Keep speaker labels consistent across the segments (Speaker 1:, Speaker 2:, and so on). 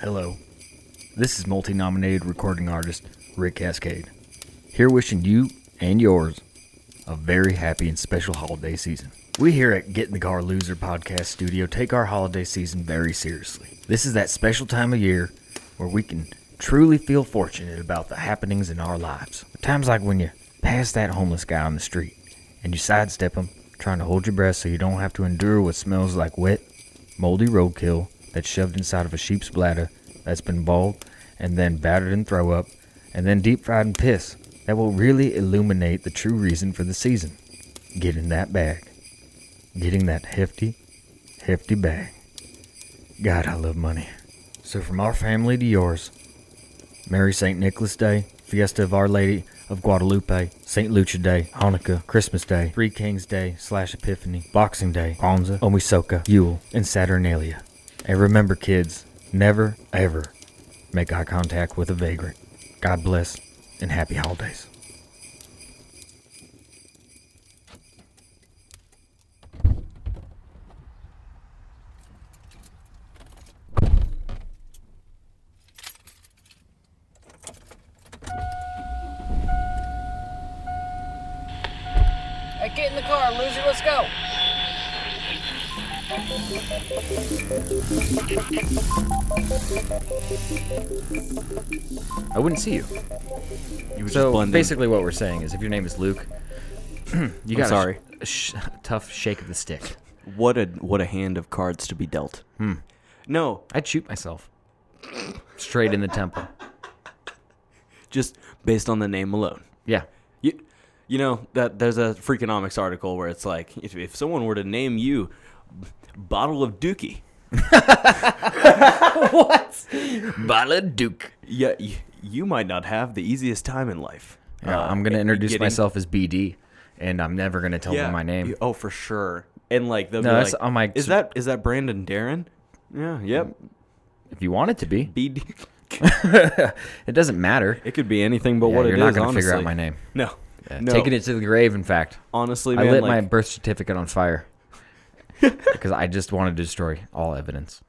Speaker 1: Hello. This is multi nominated recording artist Rick Cascade, here wishing you and yours a very happy and special holiday season. We here at Get in the Car Loser podcast studio take our holiday season very seriously. This is that special time of year where we can truly feel fortunate about the happenings in our lives. Times like when you pass that homeless guy on the street and you sidestep him, trying to hold your breath so you don't have to endure what smells like wet, moldy roadkill that's shoved inside of a sheep's bladder that's been boiled and then battered in throw up and then deep fried in piss that will really illuminate the true reason for the season getting that bag getting that hefty hefty bag god i love money so from our family to yours merry st nicholas day fiesta of our lady of guadalupe st lucia day hanukkah christmas day three kings day slash epiphany boxing day kwanzaa omisoka yule and saturnalia and remember, kids, never, ever make eye contact with a vagrant. God bless and happy holidays.
Speaker 2: Hey, get in the car, loser. Let's go.
Speaker 1: I wouldn't see you.
Speaker 3: You would just
Speaker 1: So
Speaker 3: blend
Speaker 1: basically, what we're saying is if your name is Luke, you got a sh-
Speaker 3: sorry.
Speaker 1: A, sh- tough shake of the stick.
Speaker 3: in. What a what a hand of cards to be dealt. Hmm. No,
Speaker 1: I'd shoot myself straight in the temple.
Speaker 3: just based on the name alone.
Speaker 1: Yeah.
Speaker 3: You, you know that there's a Freakonomics article where it's like if, if someone were to name you Bottle of Dookie,
Speaker 1: Bala Duke.
Speaker 3: yeah, you, you might not have the easiest time in life.
Speaker 1: Yeah,
Speaker 3: Uh,
Speaker 1: I'm going to introduce
Speaker 3: getting-
Speaker 1: myself as BD, and I'm never going to tell
Speaker 3: yeah,
Speaker 1: them my name.
Speaker 3: you- oh, for sure. And like they'll
Speaker 1: No,
Speaker 3: be
Speaker 1: that's
Speaker 3: like,
Speaker 1: on my- Mm.
Speaker 3: is that is that Brandon Darren? Yeah. Yep.
Speaker 1: If you want it to be,
Speaker 3: BD.
Speaker 1: it doesn't matter.
Speaker 3: It could be anything but
Speaker 1: Yeah,
Speaker 3: what
Speaker 1: you're
Speaker 3: it
Speaker 1: not
Speaker 3: is,
Speaker 1: gonna figure out
Speaker 3: honestly.
Speaker 1: my name.
Speaker 3: No. no.
Speaker 1: Taking it to the grave, in fact.
Speaker 3: honestly,
Speaker 1: I
Speaker 3: man,
Speaker 1: lit my
Speaker 3: like,
Speaker 1: birth certificate on fire because I just wanted to destroy all evidence.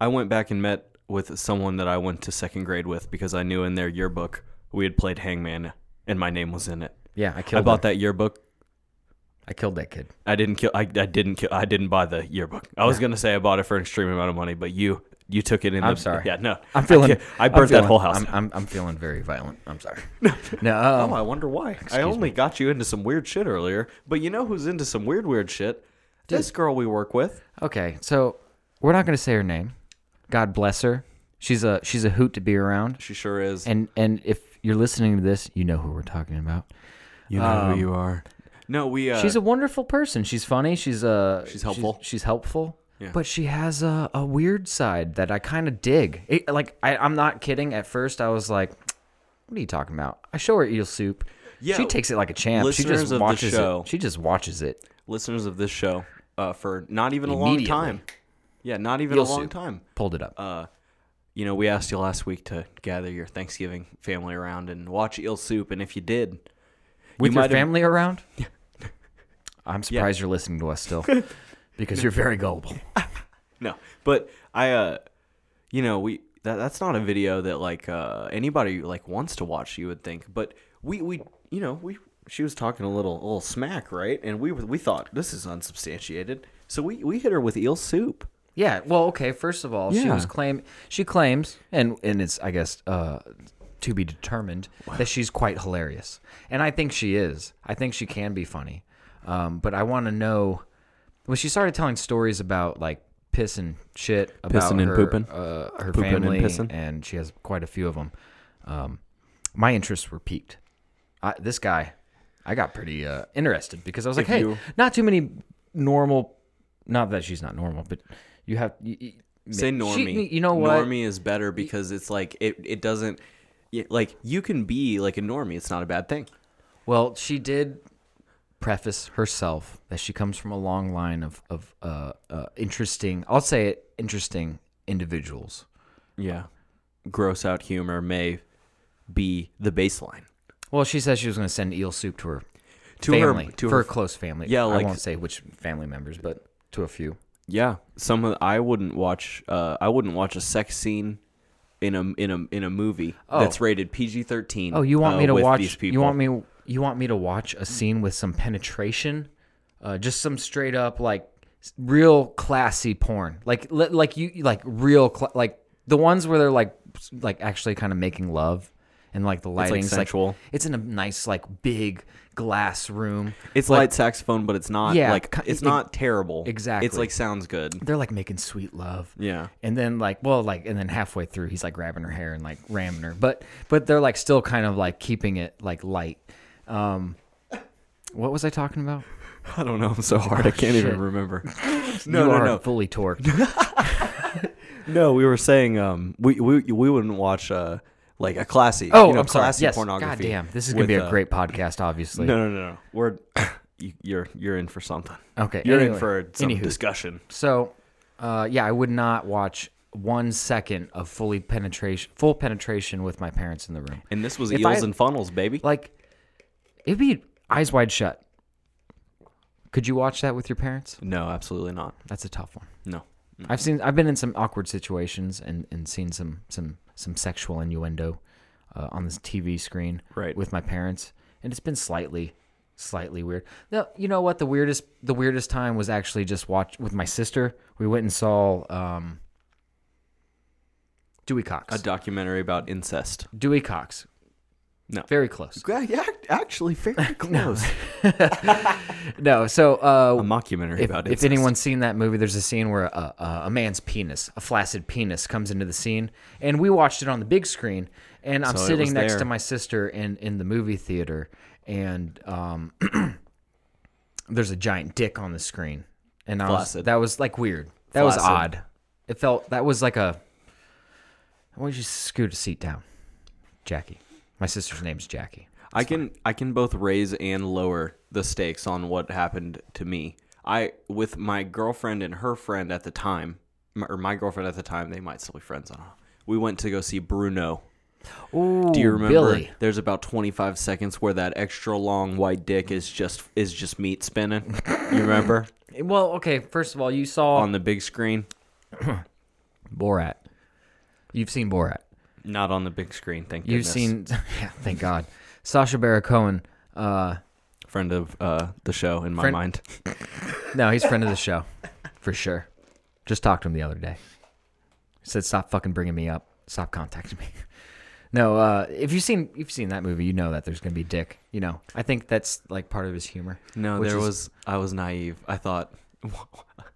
Speaker 3: I went back and met with someone that I went to second grade with because I knew in their yearbook we had played Hangman and my name was in it.
Speaker 1: Yeah, I
Speaker 3: I
Speaker 1: killed.
Speaker 3: bought
Speaker 1: that.
Speaker 3: that yearbook.
Speaker 1: I killed that kid.
Speaker 3: I didn't kill. I, I didn't kill. I didn't buy the yearbook. I was gonna say I bought it for an extreme amount of money, but you you took it in.
Speaker 1: I'm
Speaker 3: the,
Speaker 1: sorry.
Speaker 3: Yeah, no.
Speaker 1: I'm feeling.
Speaker 3: I, I burnt that whole house.
Speaker 1: I'm,
Speaker 3: down.
Speaker 1: I'm, I'm feeling very violent. I'm sorry. No, um,
Speaker 3: oh, I wonder why. I only got you into some weird shit earlier, but you know who's into some weird weird shit? This girl we work with.
Speaker 1: okay. So we're not going to say her name. God bless her. She's a she's a hoot to be around.
Speaker 3: She sure is.
Speaker 1: And and if you're listening to this, you know who we're talking about.
Speaker 3: you know who you are. No, we. Uh,
Speaker 1: um, She's a wonderful person. She's funny. She's uh she's
Speaker 3: helpful.
Speaker 1: She's, helpful. But she has a, a weird side that I kind of dig. It, like I, I'm not kidding. At first, I was like, "What are you talking about?" I show her eel soup.
Speaker 3: Yeah,
Speaker 1: she takes it like a champ. She
Speaker 3: listeners of
Speaker 1: just
Speaker 3: the
Speaker 1: watches
Speaker 3: show-
Speaker 1: it. She just watches it.
Speaker 3: listeners of this show uh, for not even a long
Speaker 1: Immediately.
Speaker 3: time. Yeah, not even a long
Speaker 1: soup.
Speaker 3: time.
Speaker 1: Pulled it up.
Speaker 3: Uh, You know, we asked you last week to gather your Thanksgiving family around and watch Eel Soup, and if you did,
Speaker 1: With
Speaker 3: you
Speaker 1: your
Speaker 3: might have-
Speaker 1: family around, I'm surprised you're listening to us still, because you're very gullible.
Speaker 3: no. But I, uh, you know, we that, that's not a video that like uh, anybody like wants to watch. You would think, but we we you know we she was talking a little a little smack, right? And we were- we thought this is unsubstantiated, so we we hit her with Eel Soup.
Speaker 1: Yeah. Well, okay. First of all, she was
Speaker 3: Yeah.
Speaker 1: claim she claims, and and it's I guess uh, to be determined that she's quite hilarious, and I think she is. I think she can be funny, um, but I want to know when she started telling stories about like piss and shit about
Speaker 3: Pissing and
Speaker 1: her,
Speaker 3: pooping.
Speaker 1: uh, her
Speaker 3: Pooping and
Speaker 1: family,
Speaker 3: pissing.
Speaker 1: and she has quite a few of them. Um, my interests were piqued. I, this guy, I got pretty uh, interested because I was like, hey,
Speaker 3: you-
Speaker 1: not too many normal. Not that she's not normal, but you have you, you-
Speaker 3: Say
Speaker 1: she-
Speaker 3: normie.
Speaker 1: you know what?
Speaker 3: Normie is better because it's like it, it doesn't y- like you can be like a normie. It's not a bad thing.
Speaker 1: Well, she did preface herself that she comes from a long line of of uh, uh, interesting. I'll say it, interesting individuals.
Speaker 3: Yeah. Gross out humor may be the baseline.
Speaker 1: Well, she says she was going to send eel soup to her
Speaker 3: To her-
Speaker 1: family,
Speaker 3: to
Speaker 1: for
Speaker 3: her-
Speaker 1: her close family.
Speaker 3: Yeah,
Speaker 1: I
Speaker 3: like-
Speaker 1: won't say which family members, but to a few.
Speaker 3: Yeah, some of I wouldn't watch. Uh, I wouldn't watch a sex scene in a in a in a movie that's rated PG thirteen. uh,
Speaker 1: Oh, you want me to watch?
Speaker 3: these people?
Speaker 1: You want me? You want me to watch a scene with some penetration, uh, just some straight up like s- real classy porn, like li- like you like real cla like the ones where they're like s- like actually kind of making love. And like the lighting's like,
Speaker 3: sensual.
Speaker 1: it's in a nice like big glass room.
Speaker 3: It's
Speaker 1: like,
Speaker 3: light saxophone, but it's not
Speaker 1: Yeah,
Speaker 3: like
Speaker 1: ki-
Speaker 3: it's
Speaker 1: e-
Speaker 3: not terrible.
Speaker 1: exactly.
Speaker 3: It's like sounds good.
Speaker 1: they're like making sweet love.
Speaker 3: Yeah.
Speaker 1: And then like well like and then halfway through he's like grabbing her hair and like ramming her. But but they're like still kind of like keeping it like light. Um what was I talking about?
Speaker 3: I don't know. I'm so hard. I can't
Speaker 1: Oh, shit.
Speaker 3: even remember. no,
Speaker 1: you
Speaker 3: no,
Speaker 1: are
Speaker 3: no,
Speaker 1: fully torqued.
Speaker 3: no. We were saying um, we we we wouldn't watch uh like a classy.
Speaker 1: Oh,
Speaker 3: you know,
Speaker 1: I'm sorry.
Speaker 3: classy
Speaker 1: Yes. God
Speaker 3: pornography.
Speaker 1: damn. This is gonna be
Speaker 3: with,
Speaker 1: a
Speaker 3: uh,
Speaker 1: great podcast, obviously.
Speaker 3: No, no, no, no. We're you- you're you're in for something.
Speaker 1: Okay.
Speaker 3: You're
Speaker 1: anyway,
Speaker 3: in for some
Speaker 1: anywho.
Speaker 3: discussion.
Speaker 1: So, uh, yeah, I would not watch one second of fully penetration, full penetration with my parents in the room.
Speaker 3: And this was
Speaker 1: If
Speaker 3: eels
Speaker 1: I-
Speaker 3: and funnels, baby.
Speaker 1: Like, it'd be eyes wide shut. Could you watch that with your parents?
Speaker 3: no, absolutely not.
Speaker 1: That's a tough one.
Speaker 3: No.
Speaker 1: I've seen, I've been in some awkward situations and, and seen some some some sexual innuendo uh, on this TV screen
Speaker 3: Right.
Speaker 1: with my parents, and it's been slightly slightly weird. No, you know what? The weirdest the weirdest time was actually just watch with my sister. We went and saw um, Dewey Cox.
Speaker 3: A documentary about incest.
Speaker 1: Dewey Cox.
Speaker 3: No.
Speaker 1: Very close.
Speaker 3: Yeah, actually, very close.
Speaker 1: No, so uh,
Speaker 3: A mockumentary
Speaker 1: if,
Speaker 3: about
Speaker 1: if
Speaker 3: incest.
Speaker 1: anyone's seen that movie, there's a scene where a, a, a man's penis, a flaccid penis, comes into the scene, and we watched it on the big screen. And I'm
Speaker 3: So it
Speaker 1: sitting
Speaker 3: was
Speaker 1: next
Speaker 3: there.
Speaker 1: to my sister in in the movie theater, and um, there's a giant dick on the screen, and I was,
Speaker 3: Flaccid.
Speaker 1: that was like weird. That was
Speaker 3: Flaccid.
Speaker 1: odd. It felt that was like a. Why don't you scoot a seat down, Jackie? My sister's name's Jackie.
Speaker 3: I can I can both raise and lower the stakes on what happened to me. I with my girlfriend and her friend at the time, my, or my girlfriend at the time, they might still be friends. I don't know. We went to go see Bruno.
Speaker 1: Ooh,
Speaker 3: Do you remember?
Speaker 1: Billy?
Speaker 3: There's about 25 seconds where that extra long white dick is just is just meat spinning. you remember
Speaker 1: Well, okay. First of all, you saw
Speaker 3: on the big screen?
Speaker 1: Borat. You've seen Borat.
Speaker 3: Not on the big screen. Thank
Speaker 1: You've
Speaker 3: goodness.
Speaker 1: seen, yeah, thank God. Sasha Baron Cohen. Uh,
Speaker 3: friend of uh, the show in my
Speaker 1: Friend-
Speaker 3: mind.
Speaker 1: no, he's friend of the show, for sure. Just talked to him the other day. He said, "Stop fucking bringing me up. Stop contacting me." No, uh, if you've seen if you've seen that movie, you know that there's gonna be dick. You know, I think that's like part of his humor.
Speaker 3: No,
Speaker 1: which
Speaker 3: there
Speaker 1: is-
Speaker 3: was. I was naive. I thought a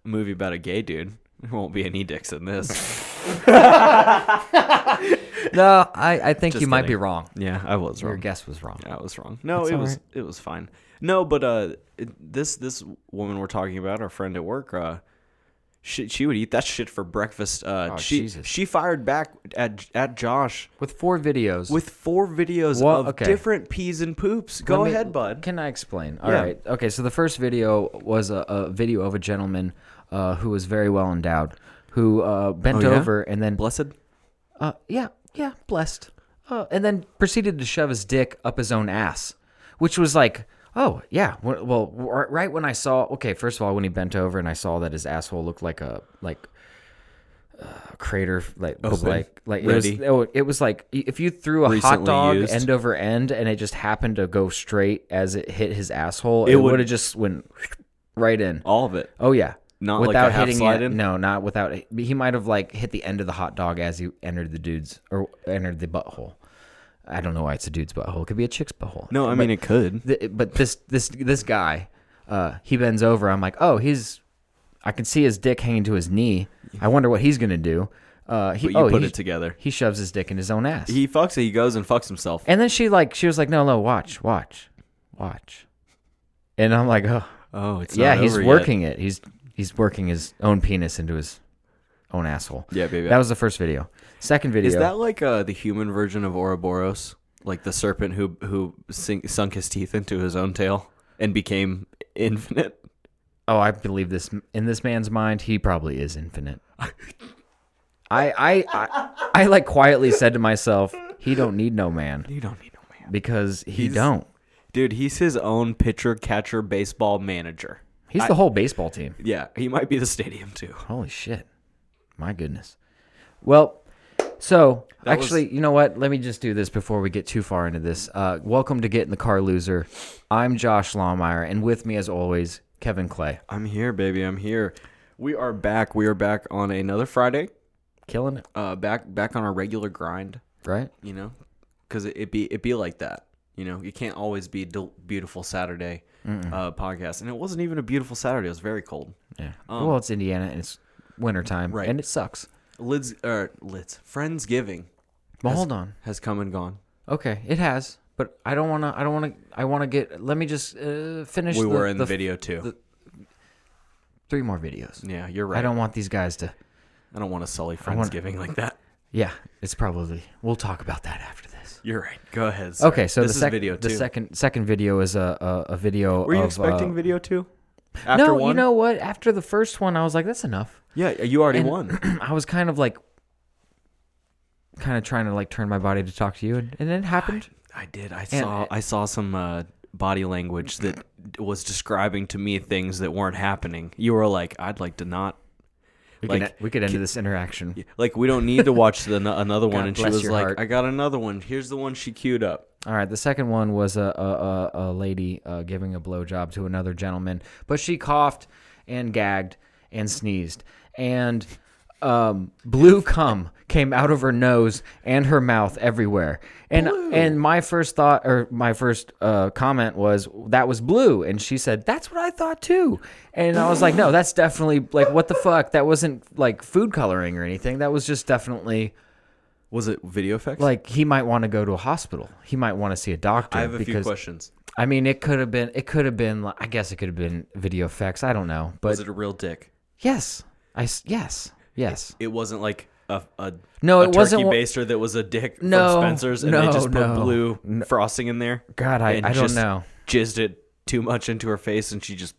Speaker 3: movie about a gay dude. There won't be any dicks in this.
Speaker 1: no. I, I think you
Speaker 3: Just
Speaker 1: might be
Speaker 3: kidding.
Speaker 1: wrong.
Speaker 3: yeah, I was
Speaker 1: Your
Speaker 3: wrong.
Speaker 1: guess was wrong.
Speaker 3: Yeah, I was wrong. No,
Speaker 1: That's
Speaker 3: it
Speaker 1: all
Speaker 3: was
Speaker 1: right.
Speaker 3: it was fine. No, but uh, it- this this woman we're talking about, our friend at work, uh, she she would eat that shit for breakfast. Uh,
Speaker 1: Oh,
Speaker 3: she
Speaker 1: Jesus.
Speaker 3: she fired back at at Josh
Speaker 1: With four videos.
Speaker 3: with four videos
Speaker 1: Well,
Speaker 3: of
Speaker 1: okay.
Speaker 3: different peas and poops. Go
Speaker 1: Let me-
Speaker 3: ahead, bud.
Speaker 1: Can I explain? All right.
Speaker 3: Yeah.
Speaker 1: Okay. So the first video was a, a video of a gentleman uh, who was very well endowed, who uh, bent
Speaker 3: Oh, yeah?
Speaker 1: over and then,
Speaker 3: Blessed.
Speaker 1: uh, yeah, yeah, blessed, uh, and then proceeded to shove his dick up his own ass, which was like, oh yeah. Well, well, r- right when I saw, okay, first of all, when he bent over and I saw that his asshole looked like a like uh, crater like was
Speaker 3: Open.
Speaker 1: like like it
Speaker 3: Ready.
Speaker 1: was oh, it was like if you threw a hot
Speaker 3: Recently
Speaker 1: dog
Speaker 3: used.
Speaker 1: end over end and it just happened to go straight as it hit his asshole it,
Speaker 3: It would-
Speaker 1: would have just went right in
Speaker 3: All of it.
Speaker 1: oh yeah
Speaker 3: Not like a half slide
Speaker 1: it
Speaker 3: in?
Speaker 1: no not without it he might have like hit the end of the hot dog as he entered the dude's or entered the butthole i don't know why it's a dude's butthole it could be a chick's butthole
Speaker 3: No, I mean it could.
Speaker 1: th- but this this this guy, uh, he bends over. I'm like, oh, he's. I can see his dick hanging to his knee. I wonder what he's gonna do. Uh, he,
Speaker 3: But you
Speaker 1: oh,
Speaker 3: put
Speaker 1: he-
Speaker 3: it together.
Speaker 1: He shoves his dick in his own ass.
Speaker 3: He fucks it. He goes and fucks himself.
Speaker 1: and then she like she was like, no, no, watch, watch, watch. And I'm like, oh,
Speaker 3: Oh, it's
Speaker 1: yeah,
Speaker 3: not
Speaker 1: he's
Speaker 3: over yet.
Speaker 1: working it. He's he's working his own penis into his own asshole.
Speaker 3: Yeah, baby.
Speaker 1: That was the first video. Second video.
Speaker 3: Is that like uh, the human version of Ouroboros, like the serpent who who sink, sunk his teeth into his own tail and became infinite?
Speaker 1: Oh, I believe this in this man's mind, he probably is infinite. I, I I I like quietly said to myself, he don't need no man
Speaker 3: You don't need no man,
Speaker 1: because he
Speaker 3: He's-
Speaker 1: don't.
Speaker 3: dude. He's his own pitcher catcher baseball manager.
Speaker 1: He's the whole baseball team.
Speaker 3: Yeah, he might be the stadium too.
Speaker 1: Holy shit. My goodness. Well, so
Speaker 3: That was-
Speaker 1: actually, you know what? Let me just do this before we get too far into this. Uh, welcome to Get in the Car Loser. I'm Josh Lawmeyer, and with me, as always, Kevin Clay.
Speaker 3: I'm here, baby. I'm here. We are back. We are back on another Friday.
Speaker 1: Killing it,
Speaker 3: Uh, back back on our regular grind.
Speaker 1: right?
Speaker 3: You know, because it, it be it be like that. You know, it can't always be a del- beautiful Saturday uh, podcast. And it wasn't even a beautiful Saturday. It was very cold.
Speaker 1: Yeah. well, it's Indiana, and it's wintertime,
Speaker 3: Um, Right.
Speaker 1: and it sucks.
Speaker 3: Lids or Lids Friendsgiving
Speaker 1: Well, hold on.
Speaker 3: has come and gone.
Speaker 1: Okay, it has, but I don't want to. I don't want to. I want to get. Let me just uh, finish.
Speaker 3: We
Speaker 1: the-
Speaker 3: were in the,
Speaker 1: the
Speaker 3: video too.
Speaker 1: three more videos.
Speaker 3: yeah, you're right.
Speaker 1: I don't want these guys to.
Speaker 3: I don't want to sully
Speaker 1: wanna-
Speaker 3: Friendsgiving like that.
Speaker 1: Yeah, it's probably. We'll talk about that after this.
Speaker 3: You're right. Go ahead. sir.
Speaker 1: Okay, so
Speaker 3: this
Speaker 1: the
Speaker 3: is
Speaker 1: second
Speaker 3: video
Speaker 1: the
Speaker 3: two.
Speaker 1: second second video is a a, a video.
Speaker 3: Were you
Speaker 1: of,
Speaker 3: expecting
Speaker 1: uh,
Speaker 3: video two? After
Speaker 1: no,
Speaker 3: one?
Speaker 1: you know what? After the first one, I was like, that's enough.
Speaker 3: Yeah, you already
Speaker 1: And-
Speaker 3: won.
Speaker 1: I was kind of like, kind of trying to like turn my body to talk to you, and, and it happened.
Speaker 3: I did. I saw. I saw some uh, body language that was describing to me things that weren't happening. You were like, "I'd like to not."
Speaker 1: We
Speaker 3: Like,
Speaker 1: could e, we could end this interaction.
Speaker 3: Like we don't need to watch the another one.
Speaker 1: God
Speaker 3: and she
Speaker 1: bless
Speaker 3: was
Speaker 1: your
Speaker 3: like,
Speaker 1: heart.
Speaker 3: "I got another one. Here's the one she queued up."
Speaker 1: All right, the second one was a a, a, a lady uh, giving a blowjob to another gentleman, but she coughed and gagged and sneezed, and um, blue cum came out of her nose and her mouth everywhere. And and my first thought or my first uh, comment was that was blue, and she said that's what I thought too. And I was like, no, that's definitely like what the fuck? That wasn't like food coloring or anything. That was just definitely
Speaker 3: Was it video effects?
Speaker 1: like he might want to go to a hospital. He might want to see a doctor.
Speaker 3: I have a few
Speaker 1: because,
Speaker 3: questions.
Speaker 1: I mean, it could have been. It could have been. like- I guess it could have been video effects. I don't know, but
Speaker 3: Was it a real dick?
Speaker 1: yes, I s- yes yes.
Speaker 3: It wasn't like a, a
Speaker 1: No,
Speaker 3: a
Speaker 1: it wasn't
Speaker 3: turkey
Speaker 1: wa-
Speaker 3: baster that was a dick
Speaker 1: No,
Speaker 3: from Spencer's, and they
Speaker 1: no,
Speaker 3: just put
Speaker 1: no,
Speaker 3: blue frosting in there.
Speaker 1: God, I-
Speaker 3: and
Speaker 1: I don't
Speaker 3: just
Speaker 1: know.
Speaker 3: Jizzed it too much into her face, and she just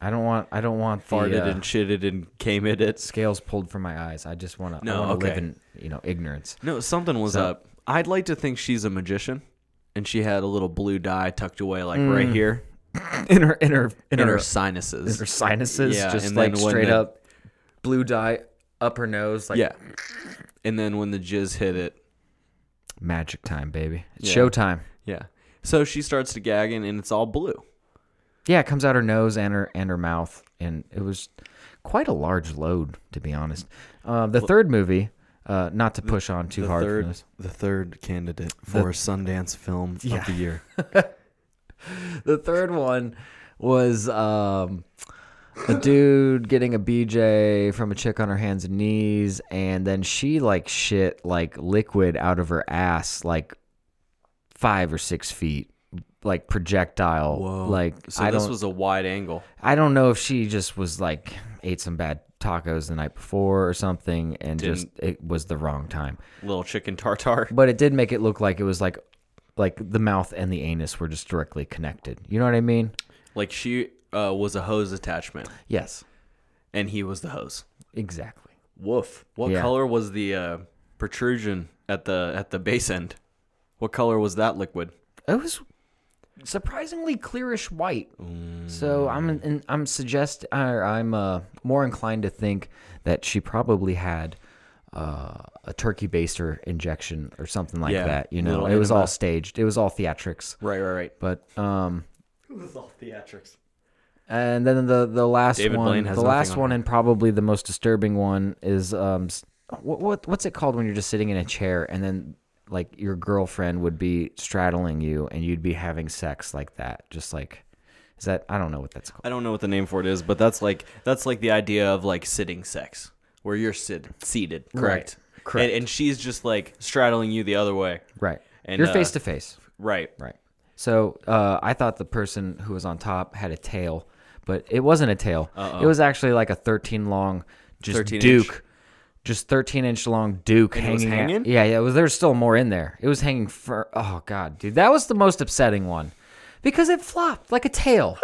Speaker 1: I don't want. I don't want the
Speaker 3: farted
Speaker 1: uh,
Speaker 3: and shitted and came at it.
Speaker 1: scales pulled from my eyes. I just want to.
Speaker 3: No,
Speaker 1: I want to live
Speaker 3: okay.
Speaker 1: in you know ignorance.
Speaker 3: No, something was up. I'd like to think she's a magician, and she had a little blue dye tucked away, like right here
Speaker 1: In her in her Mm. in,
Speaker 3: in
Speaker 1: her,
Speaker 3: her sinuses.
Speaker 1: her sinuses,
Speaker 3: Yeah,
Speaker 1: just
Speaker 3: and then
Speaker 1: like
Speaker 3: when
Speaker 1: straight
Speaker 3: the-
Speaker 1: up blue dye up her nose, like
Speaker 3: yeah, and then when the jizz hit it,
Speaker 1: magic time, baby. It's
Speaker 3: Yeah.
Speaker 1: showtime.
Speaker 3: yeah. So she starts to gagging, and it's all blue.
Speaker 1: Yeah, it comes out her nose and her and her mouth, and it was quite a large load, to be honest. Uh, the third movie, uh, not to push on too hard. from this.
Speaker 3: the third candidate for Sundance Film
Speaker 1: Yeah.
Speaker 3: year.
Speaker 1: The third one was um, a dude getting a BJ from a chick on her hands and knees, and then she like shit like liquid out of her ass, like five or six feet, like projectile. Like
Speaker 3: so
Speaker 1: I
Speaker 3: this
Speaker 1: don't,
Speaker 3: was a wide angle.
Speaker 1: I don't know if she just was like ate some bad tacos the night before or something and just it was the wrong time.
Speaker 3: Little chicken tartar.
Speaker 1: But it did make it look like it was like like the mouth and the anus were just directly connected. You know what I mean?
Speaker 3: Like she uh, was a hose attachment,
Speaker 1: Yes.
Speaker 3: and he was the hose.
Speaker 1: Exactly.
Speaker 3: Woof. What
Speaker 1: Yeah.
Speaker 3: color was the uh, protrusion at the at the base end? What color was that liquid?
Speaker 1: It was surprisingly clearish white.
Speaker 3: Mm.
Speaker 1: So I'm in, I'm suggest I, I'm uh, more inclined to think that she probably had uh, a turkey baster injection or something like
Speaker 3: Yeah,
Speaker 1: that. You
Speaker 3: little
Speaker 1: know, it was
Speaker 3: enema.
Speaker 1: all staged. It was all theatrics.
Speaker 3: Right, right, right.
Speaker 1: But um,
Speaker 3: It was all theatrics.
Speaker 1: and then the the last
Speaker 3: David
Speaker 1: one,
Speaker 3: Blaine has
Speaker 1: the
Speaker 3: nothing
Speaker 1: last
Speaker 3: on
Speaker 1: one, and probably the most disturbing one is um, s- what, what what's it called when you're just sitting in a chair and then like your girlfriend would be straddling you and you'd be having sex like that, just like is that I don't know what that's called.
Speaker 3: I don't know what the name for it is, but that's like that's like the idea of like sitting sex, where you're sit- seated, correct?
Speaker 1: correct.
Speaker 3: And, and she's just like straddling you the other way.
Speaker 1: Right,
Speaker 3: And,
Speaker 1: you're
Speaker 3: uh,
Speaker 1: face to face.
Speaker 3: Right.
Speaker 1: Right. So uh, I thought the person who was on top had a tail, but it wasn't a tail. It was actually like a 13 long, just
Speaker 3: 13
Speaker 1: Duke,
Speaker 3: inch.
Speaker 1: just 13 inch long Duke
Speaker 3: it was
Speaker 1: hanging. out-
Speaker 3: hanging?
Speaker 1: Yeah, yeah. Well, there's still more in there. It was hanging for. Oh God, dude, that was the most upsetting one, because it flopped like a tail.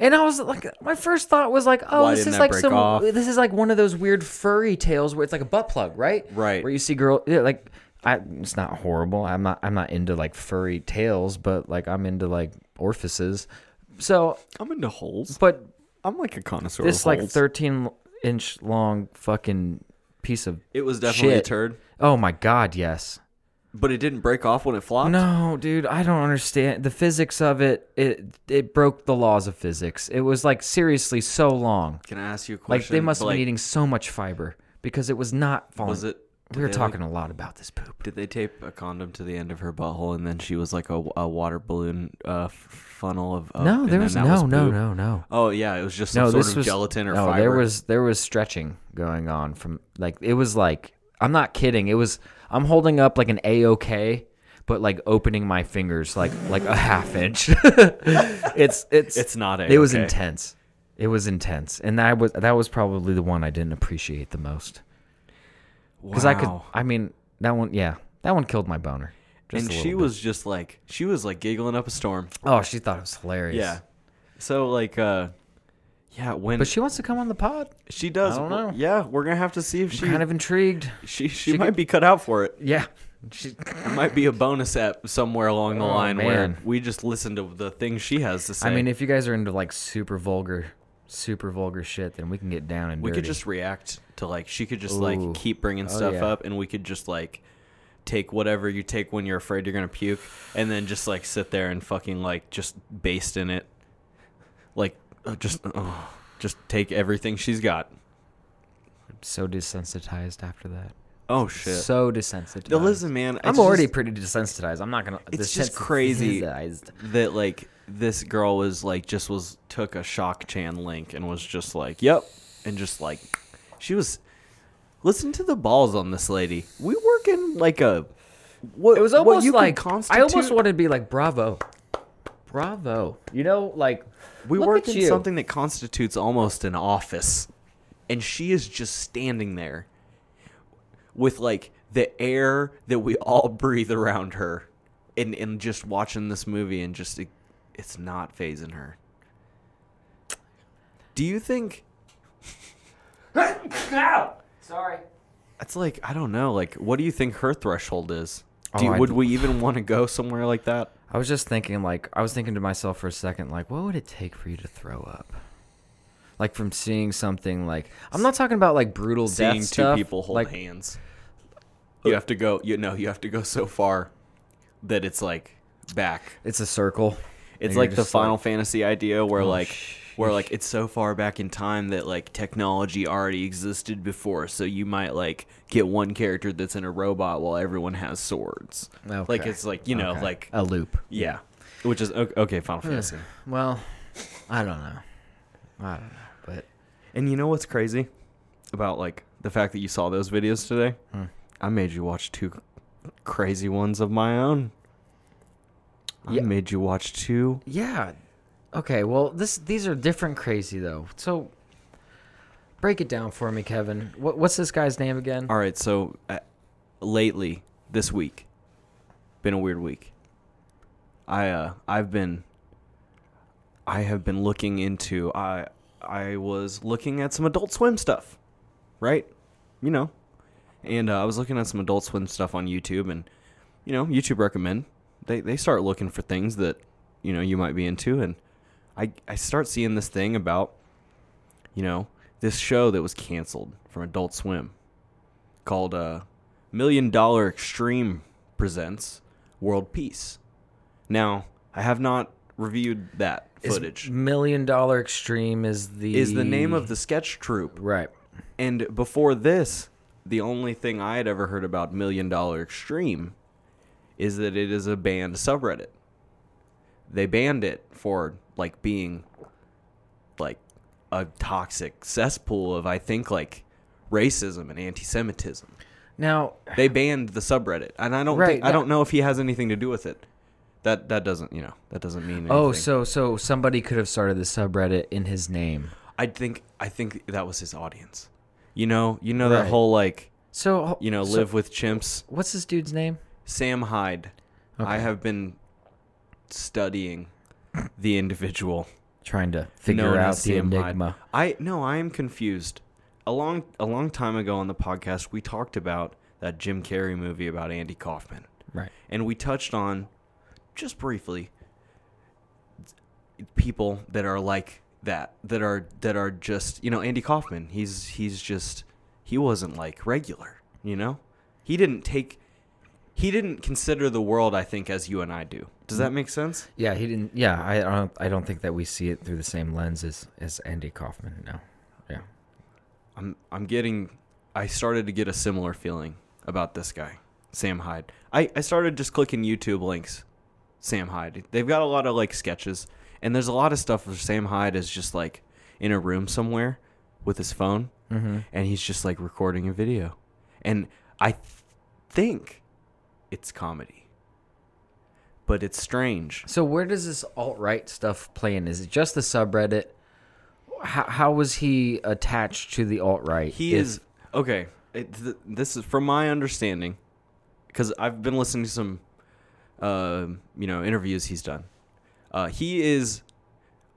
Speaker 1: And I was like, my first thought was like, oh,
Speaker 3: Why
Speaker 1: this
Speaker 3: didn't
Speaker 1: is
Speaker 3: that
Speaker 1: like
Speaker 3: break
Speaker 1: some,
Speaker 3: off?
Speaker 1: this is like one of those weird furry tails where it's like a butt plug, right?
Speaker 3: Right.
Speaker 1: Where you see girl, yeah, like, I, it's not horrible. I'm not, I'm not into like furry tails, but like I'm into like orifices. So,
Speaker 3: I'm into holes.
Speaker 1: but
Speaker 3: I'm like a connoisseur. of
Speaker 1: this like
Speaker 3: holes.
Speaker 1: 13 inch long fucking piece of
Speaker 3: It was definitely
Speaker 1: shit.
Speaker 3: a turd,
Speaker 1: Oh my god, yes.
Speaker 3: but it didn't break off when it flopped.
Speaker 1: No, dude, I don't understand the physics of it. It it broke the laws of physics. It was like seriously so long.
Speaker 3: Can I ask you a question?
Speaker 1: Like they must have
Speaker 3: Like,
Speaker 1: been eating so much fiber because it was not falling.
Speaker 3: Was it? did
Speaker 1: We were
Speaker 3: they,
Speaker 1: talking a lot about this poop.
Speaker 3: Like, did they tape a condom to the end of her butthole, and then she was like a, a water balloon uh, f- funnel of? of
Speaker 1: no,
Speaker 3: and
Speaker 1: there
Speaker 3: then
Speaker 1: was
Speaker 3: that
Speaker 1: no, no,
Speaker 3: poop?
Speaker 1: no, no.
Speaker 3: Oh yeah, it was just some
Speaker 1: No,
Speaker 3: sort
Speaker 1: this
Speaker 3: of
Speaker 1: was
Speaker 3: gelatin or
Speaker 1: no,
Speaker 3: fiber.
Speaker 1: there was there was stretching going on from like it was like I'm not kidding. It was I'm holding up like an AOK, but like opening my fingers like like a half inch. it's it's
Speaker 3: It's not
Speaker 1: It was
Speaker 3: AOK.
Speaker 1: intense. It was intense, and that was that was probably the one I didn't appreciate the most because I could.
Speaker 3: Wow.
Speaker 1: I mean that one. Yeah, that one killed my boner. Just
Speaker 3: and
Speaker 1: a
Speaker 3: she
Speaker 1: little bit.
Speaker 3: was just like she was like giggling up a storm.
Speaker 1: Oh, she thought it was hilarious.
Speaker 3: Yeah. So like uh yeah, when
Speaker 1: but she wants to come on the pod.
Speaker 3: she does
Speaker 1: I don't
Speaker 3: well,
Speaker 1: know.
Speaker 3: yeah, we're going to have to see if she
Speaker 1: kind of intrigued.
Speaker 3: she, she might be cut out for it.
Speaker 1: Yeah, she.
Speaker 3: It might be a bonus app somewhere along the
Speaker 1: Oh,
Speaker 3: line where
Speaker 1: man.
Speaker 3: we just listen to the things she has to say.
Speaker 1: I mean, if you guys are into like super vulgar, super vulgar shit, then we can get down and
Speaker 3: we could
Speaker 1: dirty.
Speaker 3: just react to like she could just
Speaker 1: Ooh. Oh,
Speaker 3: like keep bringing stuff
Speaker 1: yeah.
Speaker 3: up and we could just like take whatever you take when you're afraid you're going to puke and then just like sit there and fucking like just baste in it. Like uh, just oh, just take everything she's got.
Speaker 1: so desensitized after that.
Speaker 3: Oh shit.
Speaker 1: So desensitized.
Speaker 3: Now, listen, man,
Speaker 1: I'm
Speaker 3: it's
Speaker 1: already
Speaker 3: just-
Speaker 1: pretty desensitized. I'm not gonna.
Speaker 3: it's just crazy
Speaker 1: desensitized.
Speaker 3: that like this girl was like just was took a shock chan link and was just like yep and just like she was listen to the balls on this lady we work in like a what
Speaker 1: It was
Speaker 3: what
Speaker 1: almost
Speaker 3: you could
Speaker 1: like I almost
Speaker 3: constitute-
Speaker 1: wanted to be like bravo, bravo. You know, like
Speaker 3: we
Speaker 1: look
Speaker 3: work
Speaker 1: at
Speaker 3: in
Speaker 1: you.
Speaker 3: something that constitutes almost an office and she is just standing there with like the air that we all breathe around her and and just watching this movie and just it, it's not phasing her do you think
Speaker 1: Sorry.
Speaker 3: That's like I don't know. Like, what do you think her threshold is?
Speaker 1: Oh,
Speaker 3: Do you-
Speaker 1: I-
Speaker 3: would we even want to go somewhere like that?
Speaker 1: I was just thinking, like, I was thinking to myself for a second, like, what would it take for you to throw up? Like from seeing something like I'm not talking about like brutal death
Speaker 3: Seeing two
Speaker 1: stuff,
Speaker 3: people hold
Speaker 1: like,
Speaker 3: hands. You have to go. You know, you have to go so far that it's like back.
Speaker 1: It's a circle.
Speaker 3: It's
Speaker 1: And you're
Speaker 3: like the
Speaker 1: just Oh,
Speaker 3: Final Fantasy idea where like
Speaker 1: sheesh.
Speaker 3: where like it's so far back in time that like technology already existed before, so you might like get one character that's in a robot while everyone has swords. Like
Speaker 1: Okay.
Speaker 3: it's like you know
Speaker 1: Okay. Oh. Hmm.
Speaker 3: like
Speaker 1: a loop.
Speaker 3: yeah, which is o- okay. Final Fantasy.
Speaker 1: Well, I don't know. I don't know, but
Speaker 3: And you know what's crazy about like the fact that you saw those videos today? I made you watch two crazy ones of my own.
Speaker 1: Yeah.
Speaker 3: I made you watch two.
Speaker 1: yeah. Okay, well, this these are different crazy though. So break it down for me, Kevin. What, what's this guy's name again?
Speaker 3: All right, so uh, lately this week been a weird week. I uh I've been I have been looking into I I was looking at some adult swim stuff. Right? You know. And uh, I was looking at some adult swim stuff on YouTube and you know, YouTube recommend they they start looking for things that you know you might be into and I I start seeing this thing about you know, this show that was canceled from Adult Swim called uh, Million Dollar Extreme Presents World Peace. Now, I have not reviewed that
Speaker 1: Is
Speaker 3: footage.
Speaker 1: Million Dollar Extreme is the
Speaker 3: Is the name of the sketch troupe.
Speaker 1: Right.
Speaker 3: And before this, the only thing I had ever heard about Million Dollar Extreme is that it is a banned subreddit. They banned it for like being like a toxic cesspool of I think like racism and anti-Semitism.
Speaker 1: Now,
Speaker 3: They banned the subreddit, and I don't
Speaker 1: Right,
Speaker 3: think, I
Speaker 1: yeah.
Speaker 3: don't know if he has anything to do with it. That that doesn't you know that doesn't mean anything.
Speaker 1: oh, so so somebody could have started the subreddit in his name.
Speaker 3: I think I think that was his audience. You know you know that
Speaker 1: Right.
Speaker 3: whole like
Speaker 1: So
Speaker 3: you know
Speaker 1: so
Speaker 3: live with chimps
Speaker 1: What's this dude's name?
Speaker 3: Sam Hyde. I
Speaker 1: Okay.
Speaker 3: have been studying the individual.
Speaker 1: Trying to figure
Speaker 3: known
Speaker 1: out
Speaker 3: as
Speaker 1: the
Speaker 3: Sam Hyde.
Speaker 1: enigma.
Speaker 3: I no, I am confused. A long a long time ago on the podcast, we talked about that Jim Carrey movie about Andy Kaufman,
Speaker 1: Right.
Speaker 3: and we touched on just briefly people that are like that that are that are just you know Andy Kaufman he's he's just he wasn't like regular you know he didn't take he didn't consider the world I think as you and I do does that make sense
Speaker 1: Yeah, he didn't. Yeah, I don't. I don't think that we see it through the same lens as as Andy Kaufman. No. Yeah.
Speaker 3: I'm I'm getting I started to get a similar feeling about this guy Sam Hyde I I started just clicking YouTube links Sam Hyde they've got a lot of like sketches and there's a lot of stuff where Sam Hyde is just like in a room somewhere with his phone
Speaker 1: Mm-hmm.
Speaker 3: and he's just like recording a video. And I th- think it's comedy, but it's strange.
Speaker 1: So where does this alt right stuff play in? Is it just the subreddit? How how was he attached to the alt right?
Speaker 3: He is okay. It, th- this is from my understanding, because I've been listening to some, uh, you know, interviews he's done. Uh, he is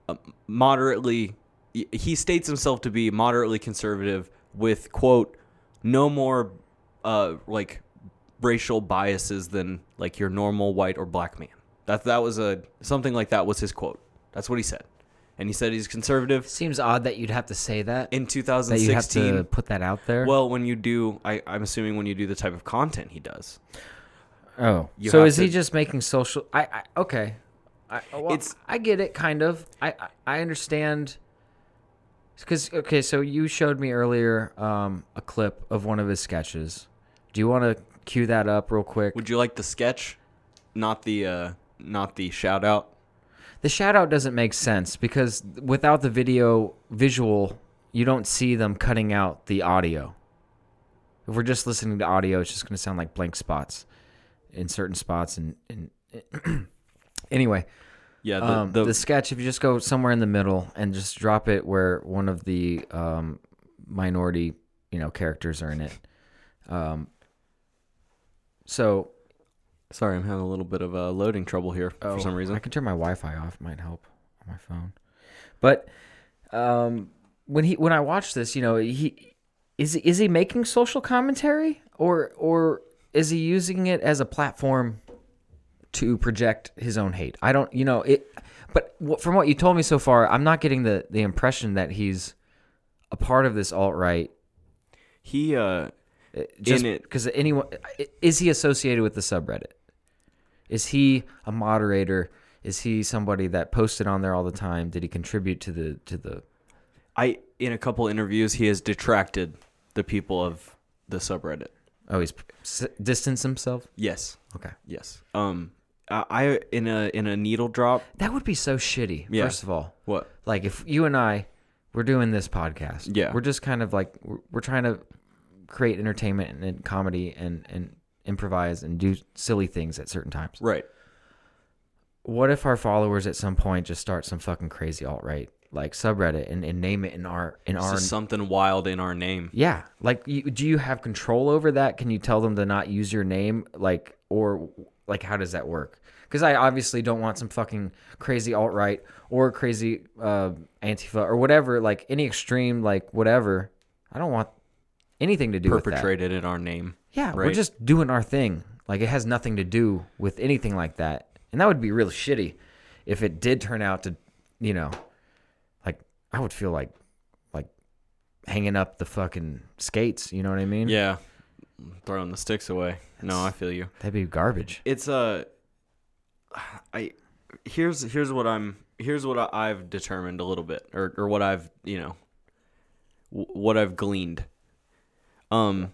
Speaker 3: uh, moderately. he- He states himself to be moderately conservative, with quote, no more, uh, like racial biases than like your normal white or black man. That that was a something like that was his quote. That's what he said, and he said he's conservative.
Speaker 1: Seems odd that you'd have to say that.
Speaker 3: In
Speaker 1: that you
Speaker 3: 2016,
Speaker 1: have to put that out there.
Speaker 3: well, when you do, I, I'm assuming when you do the type of content he does,
Speaker 1: oh,
Speaker 3: you
Speaker 1: so
Speaker 3: have
Speaker 1: is he
Speaker 3: to-
Speaker 1: just making social? I, I okay. I, uh, well,
Speaker 3: It's-
Speaker 1: I get it, kind of. I I, I understand. Because okay, so you showed me earlier um, a clip of one of his sketches. Do you want to cue that up real quick?
Speaker 3: would you like the sketch, not the uh, not the shout out?
Speaker 1: the shout out doesn't make sense because without the video visual you don't see them cutting out the audio if we're just listening to audio it's just going to sound like blank spots in certain spots and, and anyway
Speaker 3: Yeah, the,
Speaker 1: um,
Speaker 3: the,
Speaker 1: the, sketch if you just go somewhere in the middle and just drop it where one of the um, minority you know characters are in it um, so
Speaker 3: sorry, I'm having a little bit of uh, loading trouble here for some
Speaker 1: Oh, I
Speaker 3: reason.
Speaker 1: can turn my Wi-Fi off. It might help on my phone. But um, when he when I watched this, you know, he is is he making social commentary or or is he using it as a platform to project his own hate? I don't, you know, it. But wh- from what you told me so far, I'm not getting the the impression that he's a part of this alt right.
Speaker 3: He uh,
Speaker 1: Just
Speaker 3: In it-
Speaker 1: because anyone i- is he associated with the subreddit? Is he a moderator? Is he somebody that posted on there all the time? Did he contribute to the to the?
Speaker 3: I in a couple interviews he has detracted the people of the subreddit.
Speaker 1: Oh, he's s- distanced himself.
Speaker 3: Yes,
Speaker 1: Okay,
Speaker 3: yes. Um, I, I in a in a needle drop.
Speaker 1: that would be so shitty.
Speaker 3: Yeah.
Speaker 1: First of all,
Speaker 3: What?
Speaker 1: like if you and I we're doing this podcast,
Speaker 3: Yeah.
Speaker 1: we're just kind of like we're, we're trying to create entertainment and, and comedy and and improvise and do silly things at certain times.
Speaker 3: Right.
Speaker 1: what if our followers at some point just start some fucking crazy alt right like subreddit and, and name it in our in
Speaker 3: It's
Speaker 1: our
Speaker 3: just something wild in our name.
Speaker 1: yeah like you, do you have control over that can you tell them to not use your name like or like how does that work because i obviously don't want some fucking crazy alt right or crazy uh, antifa or whatever like any extreme like whatever i don't want anything to do with that
Speaker 3: Perpetrated in our name.
Speaker 1: yeah we're
Speaker 3: right.
Speaker 1: just doing our thing like it has nothing to do with anything like that and that would be real shitty if it did turn out to you know like i would feel like like hanging up the fucking skates you know what i mean
Speaker 3: Yeah, throwing the sticks away. No, I feel you.
Speaker 1: that'd be garbage
Speaker 3: It's a. I here's here's what I'm here's what I- I've determined a little bit, or or what I've you know, wh- what I've gleaned. Um,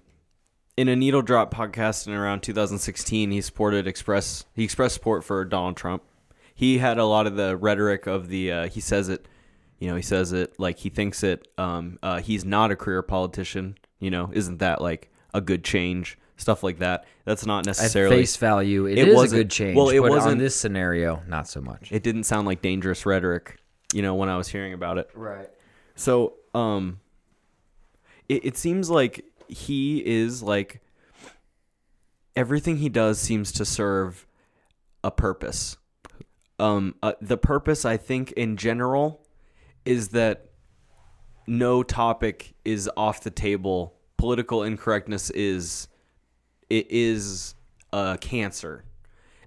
Speaker 3: in a needle drop podcast in around 2016, he supported express he expressed support for Donald Trump. He had a lot of the rhetoric of the uh, he says it, you know, he says it like he thinks it. Um, uh, he's not a career politician. You know, isn't that like a good change? Stuff like that. That's not
Speaker 1: at
Speaker 3: necessarily
Speaker 1: face value it
Speaker 3: It
Speaker 1: is a
Speaker 3: wasn't-
Speaker 1: good change
Speaker 3: well, it
Speaker 1: but on
Speaker 3: wasn't-
Speaker 1: this scenario not so much
Speaker 3: it didn't sound like dangerous rhetoric, you know, when I was hearing about it.
Speaker 1: right
Speaker 3: So, um, it, it seems like he is like everything he does seems to serve a purpose. Um, uh, the purpose, I think, in general, is that no topic is off the table. Political incorrectness is it is a cancer,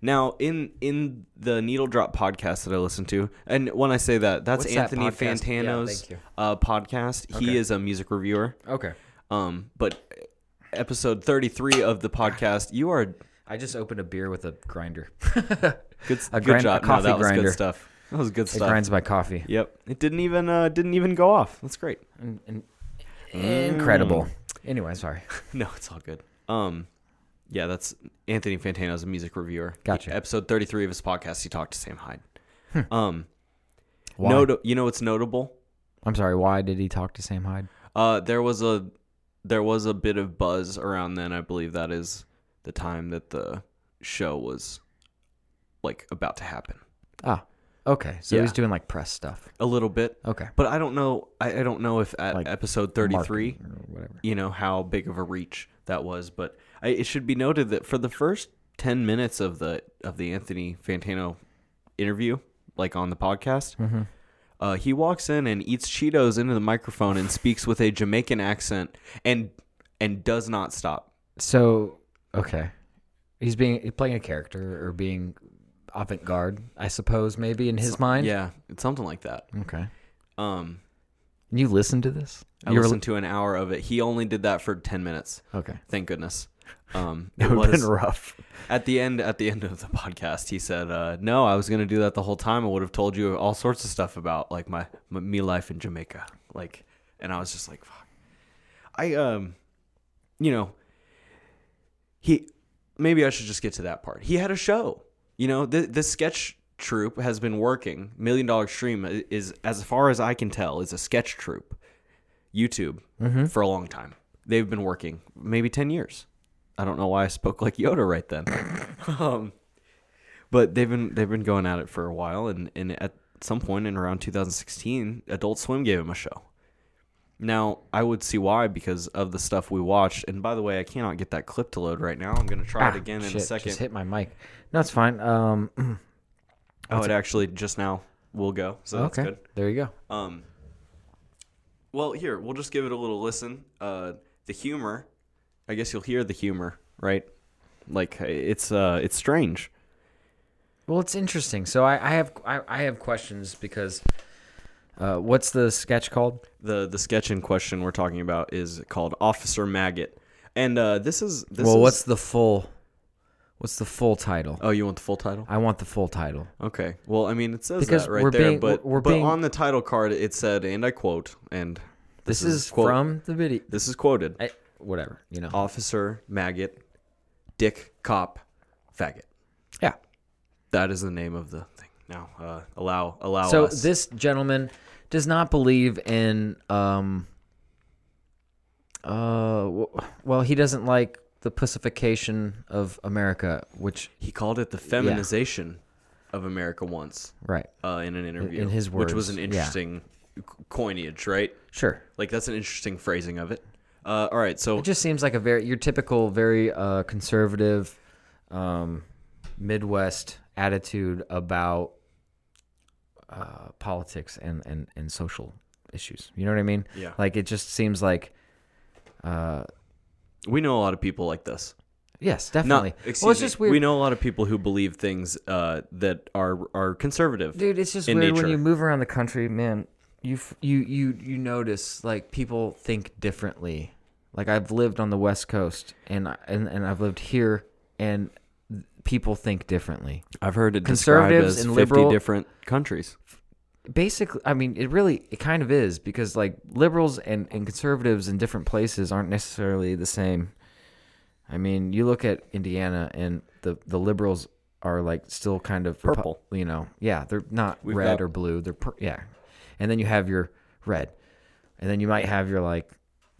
Speaker 3: Now, in in the Needle Drop podcast that I listen to, and when I say that, that's
Speaker 1: What's that
Speaker 3: Anthony
Speaker 1: podcast? Yeah,
Speaker 3: Fantano's
Speaker 1: thank you.
Speaker 3: uh, podcast. He is a music reviewer.
Speaker 1: Okay.
Speaker 3: Um, but episode thirty three of the podcast, you are
Speaker 1: I just opened a beer with a grinder.
Speaker 3: good.
Speaker 1: A
Speaker 3: good
Speaker 1: grind-
Speaker 3: job.
Speaker 1: a
Speaker 3: No,
Speaker 1: coffee
Speaker 3: that was
Speaker 1: grinder.
Speaker 3: good stuff. That was good
Speaker 1: it
Speaker 3: stuff.
Speaker 1: grinds my coffee.
Speaker 3: Yep, it didn't even uh, didn't even go off. That's great.
Speaker 1: In-
Speaker 3: mm.
Speaker 1: in- Incredible. Anyway, sorry.
Speaker 3: No, it's all good. Um, yeah, that's Anthony Fantano's a music reviewer.
Speaker 1: Gotcha. Hmm.
Speaker 3: episode thirty-three of his podcast, he talked to Sam Hyde. um,
Speaker 1: Why?
Speaker 3: noto- you know what's notable?
Speaker 1: I'm sorry. Why did he talk to Sam Hyde?
Speaker 3: Uh, there was a there was a bit of buzz around then. I believe that is the time that the show was like about to happen.
Speaker 1: Ah, okay. So
Speaker 3: Yeah.
Speaker 1: he was doing like press stuff.
Speaker 3: A little bit,
Speaker 1: Okay.
Speaker 3: but I don't know. I, I don't know if at
Speaker 1: Like
Speaker 3: episode thirty-three.
Speaker 1: Marketing or whatever.
Speaker 3: you know how big of a reach that was but I, it should be noted that for the first 10 minutes of the of the anthony fantano interview like on the podcast uh, he walks in and eats cheetos into the microphone and speaks with a jamaican accent and and does not stop
Speaker 1: So okay, he's being he's playing a character or being avant-garde, I suppose, maybe in his mind.
Speaker 3: yeah it's something like that
Speaker 1: Okay.
Speaker 3: um
Speaker 1: And you listened to this?
Speaker 3: i
Speaker 1: You were-
Speaker 3: listened to an hour of it he only did that for 10 minutes
Speaker 1: Okay.
Speaker 3: thank goodness um
Speaker 1: It
Speaker 3: it
Speaker 1: would have
Speaker 3: was
Speaker 1: been rough.
Speaker 3: At the end, at the end of the podcast, he said, uh, "No, I was gonna do that the whole time. I would have told you all sorts of stuff about like my, my me life in Jamaica, like." And I was just like, "Fuck." I um, you know, he maybe I should just get to that part. He had a show. You know, th- this sketch troupe has been working. Million Dollar Stream i- is, as far as I can tell, is a sketch troupe. YouTube
Speaker 1: Mm-hmm.
Speaker 3: for a long time. They've been working maybe ten years. I don't know why I spoke like Yoda right then. um, but they've been they've been going at it for a while, and and at some point in around 2016, Adult Swim gave him a show. Now I would see why because of the stuff we watched. And by the way, I cannot get that clip to load right now. I'm gonna try
Speaker 1: Ah,
Speaker 3: it again in
Speaker 1: shit,
Speaker 3: a
Speaker 1: Just
Speaker 3: second.
Speaker 1: hit my mic. No, it's fine. Um.
Speaker 3: Oh, it actually just now will go, so that's
Speaker 1: okay.
Speaker 3: good.
Speaker 1: There you go.
Speaker 3: Um, well, here we'll just give it a little listen. Uh, the humor, I guess you'll hear the humor, right? Like it's uh, it's strange.
Speaker 1: Well, it's interesting. So I, I have I, I have questions because uh, what's the sketch called?
Speaker 3: the The sketch in question we're talking about is called Officer Maggot, and uh, this is this
Speaker 1: well,
Speaker 3: is-
Speaker 1: what's the full what's the full title?
Speaker 3: oh you want the full title?
Speaker 1: I want the full title.
Speaker 3: Okay. Well, I mean it says
Speaker 1: Because
Speaker 3: that right
Speaker 1: we're
Speaker 3: there,
Speaker 1: being-
Speaker 3: but
Speaker 1: we're
Speaker 3: but
Speaker 1: being-
Speaker 3: on the title card it said, and I quote, and
Speaker 1: This,
Speaker 3: is
Speaker 1: is,
Speaker 3: quote-
Speaker 1: from the video.
Speaker 3: this is quoted.
Speaker 1: I, whatever you know.
Speaker 3: Officer Maggot, Dick Cop, Faggot.
Speaker 1: yeah.
Speaker 3: That is the name of the thing. Now, uh, allow allow
Speaker 1: So
Speaker 3: us.
Speaker 1: this gentleman does not believe in um uh w- well he doesn't like the pussification of America, which
Speaker 3: he called it the feminization of America once
Speaker 1: right
Speaker 3: uh, in an interview,
Speaker 1: in his
Speaker 3: which was an
Speaker 1: words, yeah.
Speaker 3: interesting c- coinage, right?
Speaker 1: sure
Speaker 3: Like that's an interesting phrasing of it. Uh, all right, so
Speaker 1: It just seems like a very your typical very uh, conservative um, Midwest attitude about uh, politics and, and and social issues. You know what I mean?
Speaker 3: Yeah.
Speaker 1: Like it just seems like uh,
Speaker 3: we know a lot of people like this.
Speaker 1: yes,
Speaker 3: Not
Speaker 1: definitely.
Speaker 3: excuse
Speaker 1: well, it's
Speaker 3: me,
Speaker 1: just weird.
Speaker 3: We know a lot of people who believe things uh, that are are conservative.
Speaker 1: dude it's just
Speaker 3: in
Speaker 1: weird when
Speaker 3: nature.
Speaker 1: you move around the country man you f- you you you notice like people think differently like i've lived on the west coast and I- and, and i've lived here and th- people think differently
Speaker 3: I've heard it
Speaker 1: Conservatives and liberal-
Speaker 3: different countries.
Speaker 1: basically i mean it really it kind of is because like liberals and, and conservatives in different places aren't necessarily the same i mean you look at indiana and the the liberals are like still kind of repu-
Speaker 3: Purple.
Speaker 1: you know yeah they're not
Speaker 3: We've
Speaker 1: red
Speaker 3: got-
Speaker 1: or blue they're pur- yeah and then you have your red and then you might have your like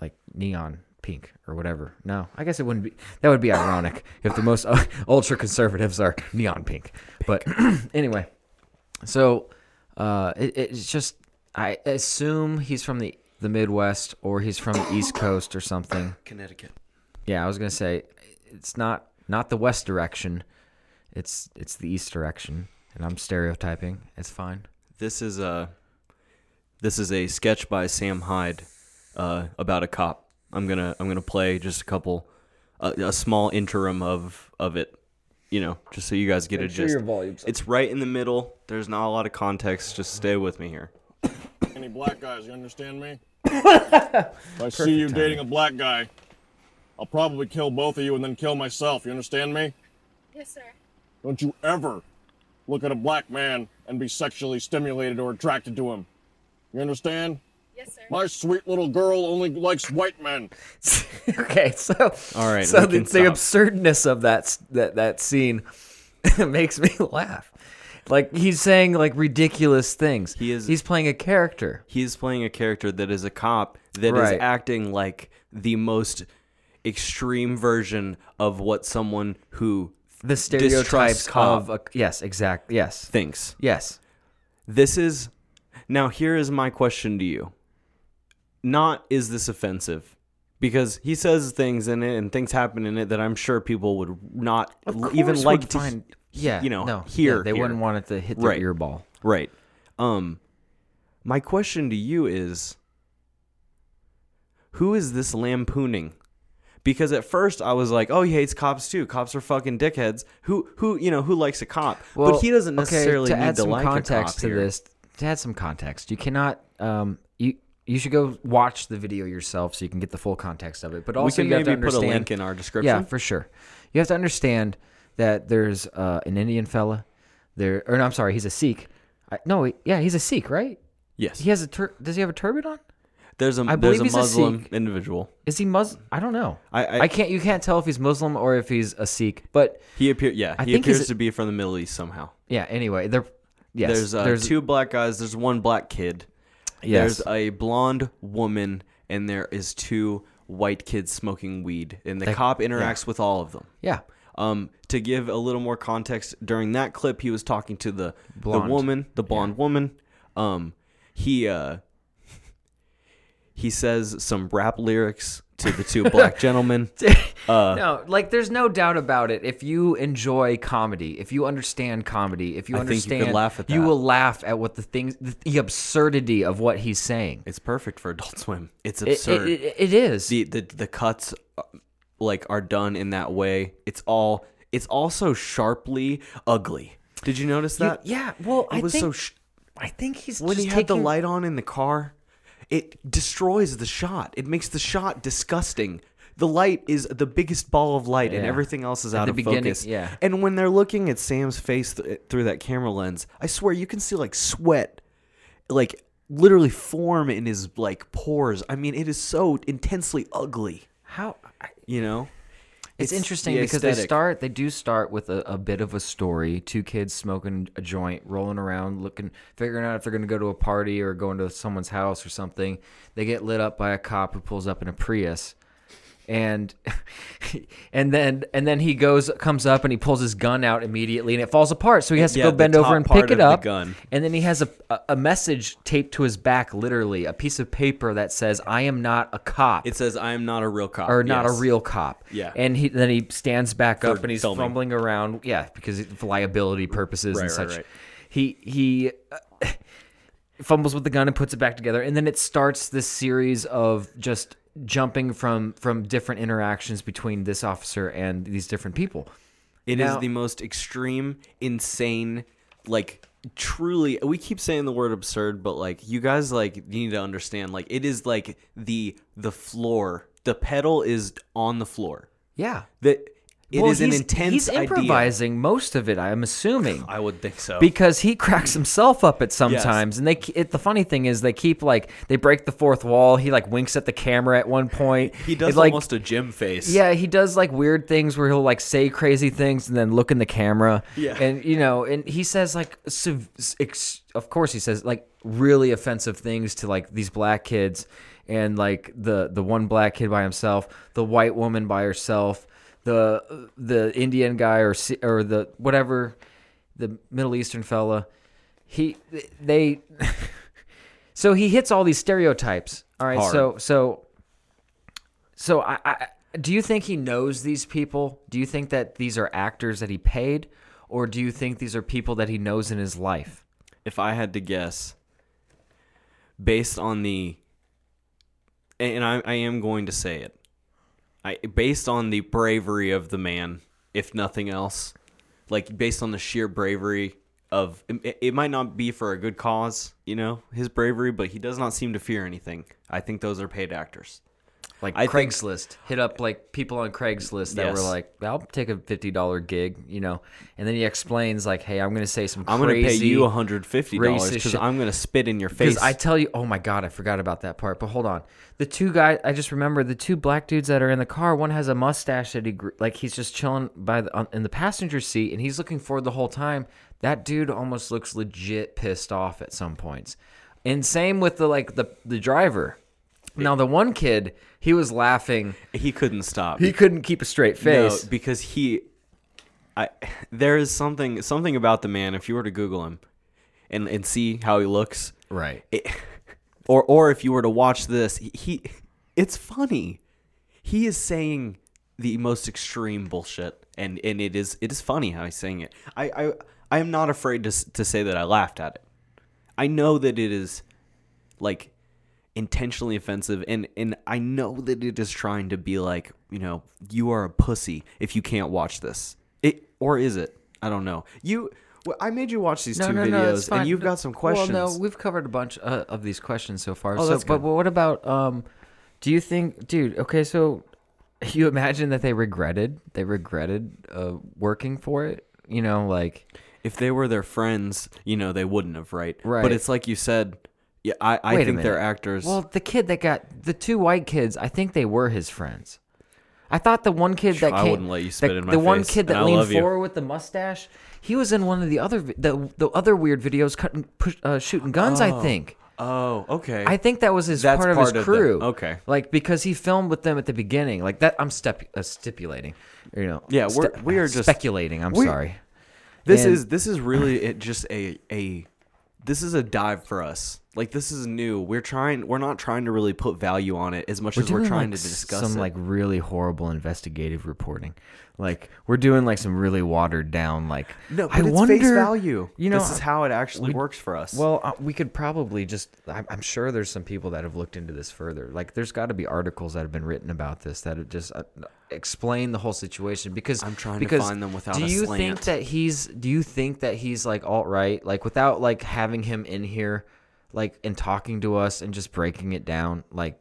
Speaker 1: like neon pink or whatever no i guess it wouldn't be that would be ironic if the most ultra conservatives are neon pink. but anyway so uh, it, it's just I assume he's from the the Midwest or he's from the East Coast or something.
Speaker 3: Connecticut.
Speaker 1: Yeah, I was gonna say it's not not the West direction. It's it's the East direction, and I'm stereotyping. It's fine.
Speaker 3: This is a this is a sketch by Sam Hyde uh, about a cop. I'm gonna I'm gonna play just a couple a, a small interim of of it you know, just so you guys get a
Speaker 1: sure
Speaker 3: gist.
Speaker 1: your volume's up.
Speaker 3: It's right in the middle. There's not a lot of context. Just stay with me here.
Speaker 4: Any black guys, you understand me? if I see you dating a black guy, I'll probably kill both of you and then kill myself. You understand me?
Speaker 5: Yes, sir.
Speaker 4: Don't you ever look at a black man and be sexually stimulated or attracted to him. You understand?
Speaker 5: Yes, sir.
Speaker 4: My sweet little girl only likes white men.
Speaker 1: okay, so
Speaker 3: All right,
Speaker 1: so
Speaker 3: we
Speaker 1: the,
Speaker 3: can
Speaker 1: the
Speaker 3: stop.
Speaker 1: absurdness of that s- that that scene makes me laugh. Like he's saying like ridiculous things.
Speaker 3: He is-
Speaker 1: He's playing a character.
Speaker 3: He is playing a character that is a cop that is
Speaker 1: Right.
Speaker 3: acting like the most extreme version of what someone who
Speaker 1: The
Speaker 3: distrusts
Speaker 1: stereotypes
Speaker 3: cop
Speaker 1: of a, yes, exactly. Yes,
Speaker 3: thinks.
Speaker 1: yes.
Speaker 3: This is now. Here is my question to you. Not is this offensive, because he says things in it and things happen in it that I'm sure people would not l- even like to.
Speaker 1: yeah,
Speaker 3: you know,
Speaker 1: no,
Speaker 3: hear-
Speaker 1: yeah, they
Speaker 3: hear.
Speaker 1: wouldn't want it to hit their
Speaker 3: Right.
Speaker 1: ear ball.
Speaker 3: Right. Um my question to you is who is this lampooning? Because at first I was like, "Oh, he hates cops too. Cops are fucking dickheads. Who who, you know, who likes a cop?" but he doesn't
Speaker 1: okay,
Speaker 3: necessarily
Speaker 1: to
Speaker 3: need
Speaker 1: add
Speaker 3: to
Speaker 1: some
Speaker 3: like
Speaker 1: context
Speaker 3: a cop
Speaker 1: to
Speaker 3: here.
Speaker 1: this. To add some context, you cannot. Um, you you should go watch the video yourself so you can get the full context of it. But also,
Speaker 3: we can
Speaker 1: you have to
Speaker 3: maybe put a
Speaker 1: understand.
Speaker 3: link in our description.
Speaker 1: Yeah, for sure. You have to understand that there's uh, an Indian fella there, or no, I'm sorry, he's a Sikh. I, no, he- yeah, he's a Sikh, right?
Speaker 3: yes.
Speaker 1: He has a tur- does he have a turban on?
Speaker 3: There's a
Speaker 1: I
Speaker 3: there's
Speaker 1: believe
Speaker 3: a
Speaker 1: he's a
Speaker 3: Muslim
Speaker 1: Sikh.
Speaker 3: individual.
Speaker 1: Is he Muslim? I don't know.
Speaker 3: I- I-
Speaker 1: can't you can't tell if he's Muslim or if he's a Sikh. But
Speaker 3: He appear yeah,
Speaker 1: I
Speaker 3: he
Speaker 1: think he's
Speaker 3: appears
Speaker 1: a-
Speaker 3: to be from the Middle East somehow.
Speaker 1: yeah, anyway, there. Yes,
Speaker 3: there's, uh, two black guys. There's one black kid.
Speaker 1: Yes.
Speaker 3: There's a blonde woman, and there is two white kids smoking weed. And the cop interacts with all of them.
Speaker 1: Yeah,
Speaker 3: Um, to give a little more context, during that clip, he was talking to the
Speaker 1: Blonde.
Speaker 3: the woman, the blonde woman. Um, he uh, he says some rap lyrics to the two black gentlemen. Uh,
Speaker 1: no, like there's no doubt about it. If you enjoy comedy, if you understand comedy, if you
Speaker 3: I think you could
Speaker 1: understand,
Speaker 3: laugh at
Speaker 1: you
Speaker 3: that.
Speaker 1: will laugh at what the things, the, the absurdity of what he's saying.
Speaker 3: It's perfect for Adult Swim. It's
Speaker 1: It-
Speaker 3: absurd.
Speaker 1: it- it- it is.
Speaker 3: the the the cuts uh, like are done in that way. It's all it's also sharply ugly. Did you notice
Speaker 1: You-
Speaker 3: that?
Speaker 1: yeah. Well,
Speaker 3: it
Speaker 1: I
Speaker 3: was
Speaker 1: think
Speaker 3: so sh-
Speaker 1: I think he's
Speaker 3: when
Speaker 1: just
Speaker 3: he had the
Speaker 1: taking-
Speaker 3: light on in the car, it destroys the shot. It makes the shot disgusting. The light is the biggest ball of light, and
Speaker 1: Yeah.
Speaker 3: everything else is
Speaker 1: At
Speaker 3: out
Speaker 1: the
Speaker 3: of
Speaker 1: beginning,
Speaker 3: focus.
Speaker 1: yeah.
Speaker 3: And when they're looking at Sam's face th- through that camera lens, I swear you can see like sweat, like literally form in his like pores. I mean, it is so intensely ugly.
Speaker 1: How
Speaker 3: You know,
Speaker 1: it's, interesting
Speaker 3: the
Speaker 1: because they
Speaker 3: aesthetic.
Speaker 1: start they do start with a, a bit of a story two kids smoking a joint rolling around looking figuring out if they're going to go to a party or going to someone's house or something they get lit up by a cop who pulls up in a prius and and then and then he goes comes up and he pulls his gun out immediately and it falls apart so he has to
Speaker 3: Yeah,
Speaker 1: go
Speaker 3: the
Speaker 1: bend
Speaker 3: top
Speaker 1: over and
Speaker 3: part
Speaker 1: pick it
Speaker 3: of the
Speaker 1: up
Speaker 3: gun.
Speaker 1: and then he has a, a a message taped to his back literally a piece of paper that says i am not a cop
Speaker 3: It says, "I am not a real cop,"
Speaker 1: or not
Speaker 3: Yes.
Speaker 1: a real cop.
Speaker 3: Yeah.
Speaker 1: And he then he stands back up and he's
Speaker 3: filming.
Speaker 1: fumbling around. Yeah, because of liability purposes and
Speaker 3: Right, right,
Speaker 1: such.
Speaker 3: right.
Speaker 1: He he uh, fumbles with the gun and puts it back together, and then it starts this series of just jumping from from different interactions between this officer and these different people.
Speaker 3: It is
Speaker 1: Now-
Speaker 3: the most extreme, insane, like truly. We keep saying the word absurd, but like you guys, like you need to understand, like it is like the the floor. The pedal is on the floor.
Speaker 1: Yeah.
Speaker 3: That it is
Speaker 1: Well,
Speaker 3: an
Speaker 1: he's-
Speaker 3: intense
Speaker 1: He's
Speaker 3: idea.
Speaker 1: improvising most of it, I'm assuming.
Speaker 3: I would think so.
Speaker 1: because he cracks himself up at sometimes and they ke- it, the funny thing is they keep like they break the fourth wall he like winks at the camera at one point
Speaker 3: he does
Speaker 1: It, like
Speaker 3: almost a gym face.
Speaker 1: yeah he does like weird things where he'll like say crazy things and then look in the camera
Speaker 3: Yeah.
Speaker 1: and you know and he says like sev- ex- of course he says like really offensive things to like these black kids and like the the one black kid by himself the white woman by herself the the indian guy or Si- or the whatever the middle eastern fella he they so he hits all these stereotypes all right
Speaker 3: Hard.
Speaker 1: so so so I, I do you think he knows these people? Do you think that these are actors that he paid, or do you think these are people that he knows in his life?
Speaker 3: if I had to guess, based on the, and I, I am going to say it, I based on the bravery of the man, if nothing else, like based on the sheer bravery of it, it might not be for a good cause, you know, his bravery, but he does not seem to fear anything. I think those are paid actors.
Speaker 1: like
Speaker 3: I think-
Speaker 1: Craigslist. Hit up like people on Craigslist that were
Speaker 3: Yes.
Speaker 1: like, "I'll take a fifty dollar gig," you know. And then he explains like, "Hey, I'm going to say some
Speaker 3: I'm going
Speaker 1: crazy."
Speaker 3: to pay you $150
Speaker 1: racist
Speaker 3: because
Speaker 1: shit.
Speaker 3: I'm going to spit in your face.
Speaker 1: Because I tell you, oh my god, I forgot about that part. But hold on, the two guys, I just remember the two black dudes that are in the car. One has a mustache that he grew, like he's just chilling by the on, in the passenger seat, and he's looking forward the whole time. That dude almost looks legit pissed off at some points. And same with the like the the driver. Now the one kid, he was laughing.
Speaker 3: he couldn't stop.
Speaker 1: He couldn't keep a straight face.
Speaker 3: No, because he, I, there is something something about the man. If you were to Google him, and and see how he looks,
Speaker 1: right.
Speaker 3: it, or or if you were to watch this, he, he, it's funny. He is saying the most extreme bullshit, and and it is it is funny how he's saying it. I I I am not afraid to s- to say that I laughed at it. I know that it is like intentionally offensive and and I know that it is trying to be like, you know, you are a pussy if you can't watch this. It or is it? I don't know. You well, I made you watch these two videos and you've got some questions. Oh,
Speaker 1: Well, no, we've covered a bunch uh, of these questions so far. so,
Speaker 3: that's
Speaker 1: but what about? Um, do you think, dude? Okay, so you imagine that they regretted they regretted uh, working for it. You know, like
Speaker 3: if they were their friends, you know, they wouldn't have, right?
Speaker 1: Right.
Speaker 3: But it's like you said, yeah, I, I
Speaker 1: Wait a
Speaker 3: think they're
Speaker 1: minute.
Speaker 3: actors.
Speaker 1: well, the kid that got the two white kids, I think they were his friends. I thought the one kid that
Speaker 3: I
Speaker 1: came,
Speaker 3: wouldn't let you spit
Speaker 1: the,
Speaker 3: in my
Speaker 1: the one
Speaker 3: face,
Speaker 1: kid that
Speaker 3: and I
Speaker 1: leaned
Speaker 3: love you.
Speaker 1: forward with the mustache, he was in one of the other vi- the the other weird videos, cutting, push, uh, shooting guns. I think.
Speaker 3: oh, okay.
Speaker 1: I think that was his
Speaker 3: That's
Speaker 1: part of
Speaker 3: part
Speaker 1: his
Speaker 3: of the-
Speaker 1: crew.
Speaker 3: okay.
Speaker 1: like because he filmed with them at the beginning. Like that, I'm step, uh, stipulating. You know.
Speaker 3: Yeah, we're- we are just-
Speaker 1: speculating. I'm
Speaker 3: we-
Speaker 1: sorry.
Speaker 3: this
Speaker 1: and-
Speaker 3: is this is really it just a a this is a dive for us. Like this is new. We're trying we're not trying to really put value on it as much as we're trying
Speaker 1: like,
Speaker 3: to discuss
Speaker 1: some
Speaker 3: it.
Speaker 1: like really horrible investigative reporting. Like we're doing like some really watered down. Like
Speaker 3: no, but
Speaker 1: I
Speaker 3: it's
Speaker 1: wonder
Speaker 3: face value.
Speaker 1: You know
Speaker 3: this is how it actually works for us.
Speaker 1: Well, uh, we could probably just. I'm, I'm sure there's some people that have looked into this further. Like, there's got to be articles that have been written about this that have just uh, explain the whole situation. Because
Speaker 3: I'm trying to
Speaker 1: because
Speaker 3: find them without
Speaker 1: Do
Speaker 3: a
Speaker 1: you
Speaker 3: slant.
Speaker 1: think that he's? Do you think that he's like alt right? Like without like having him in here, like and talking to us and just breaking it down. Like,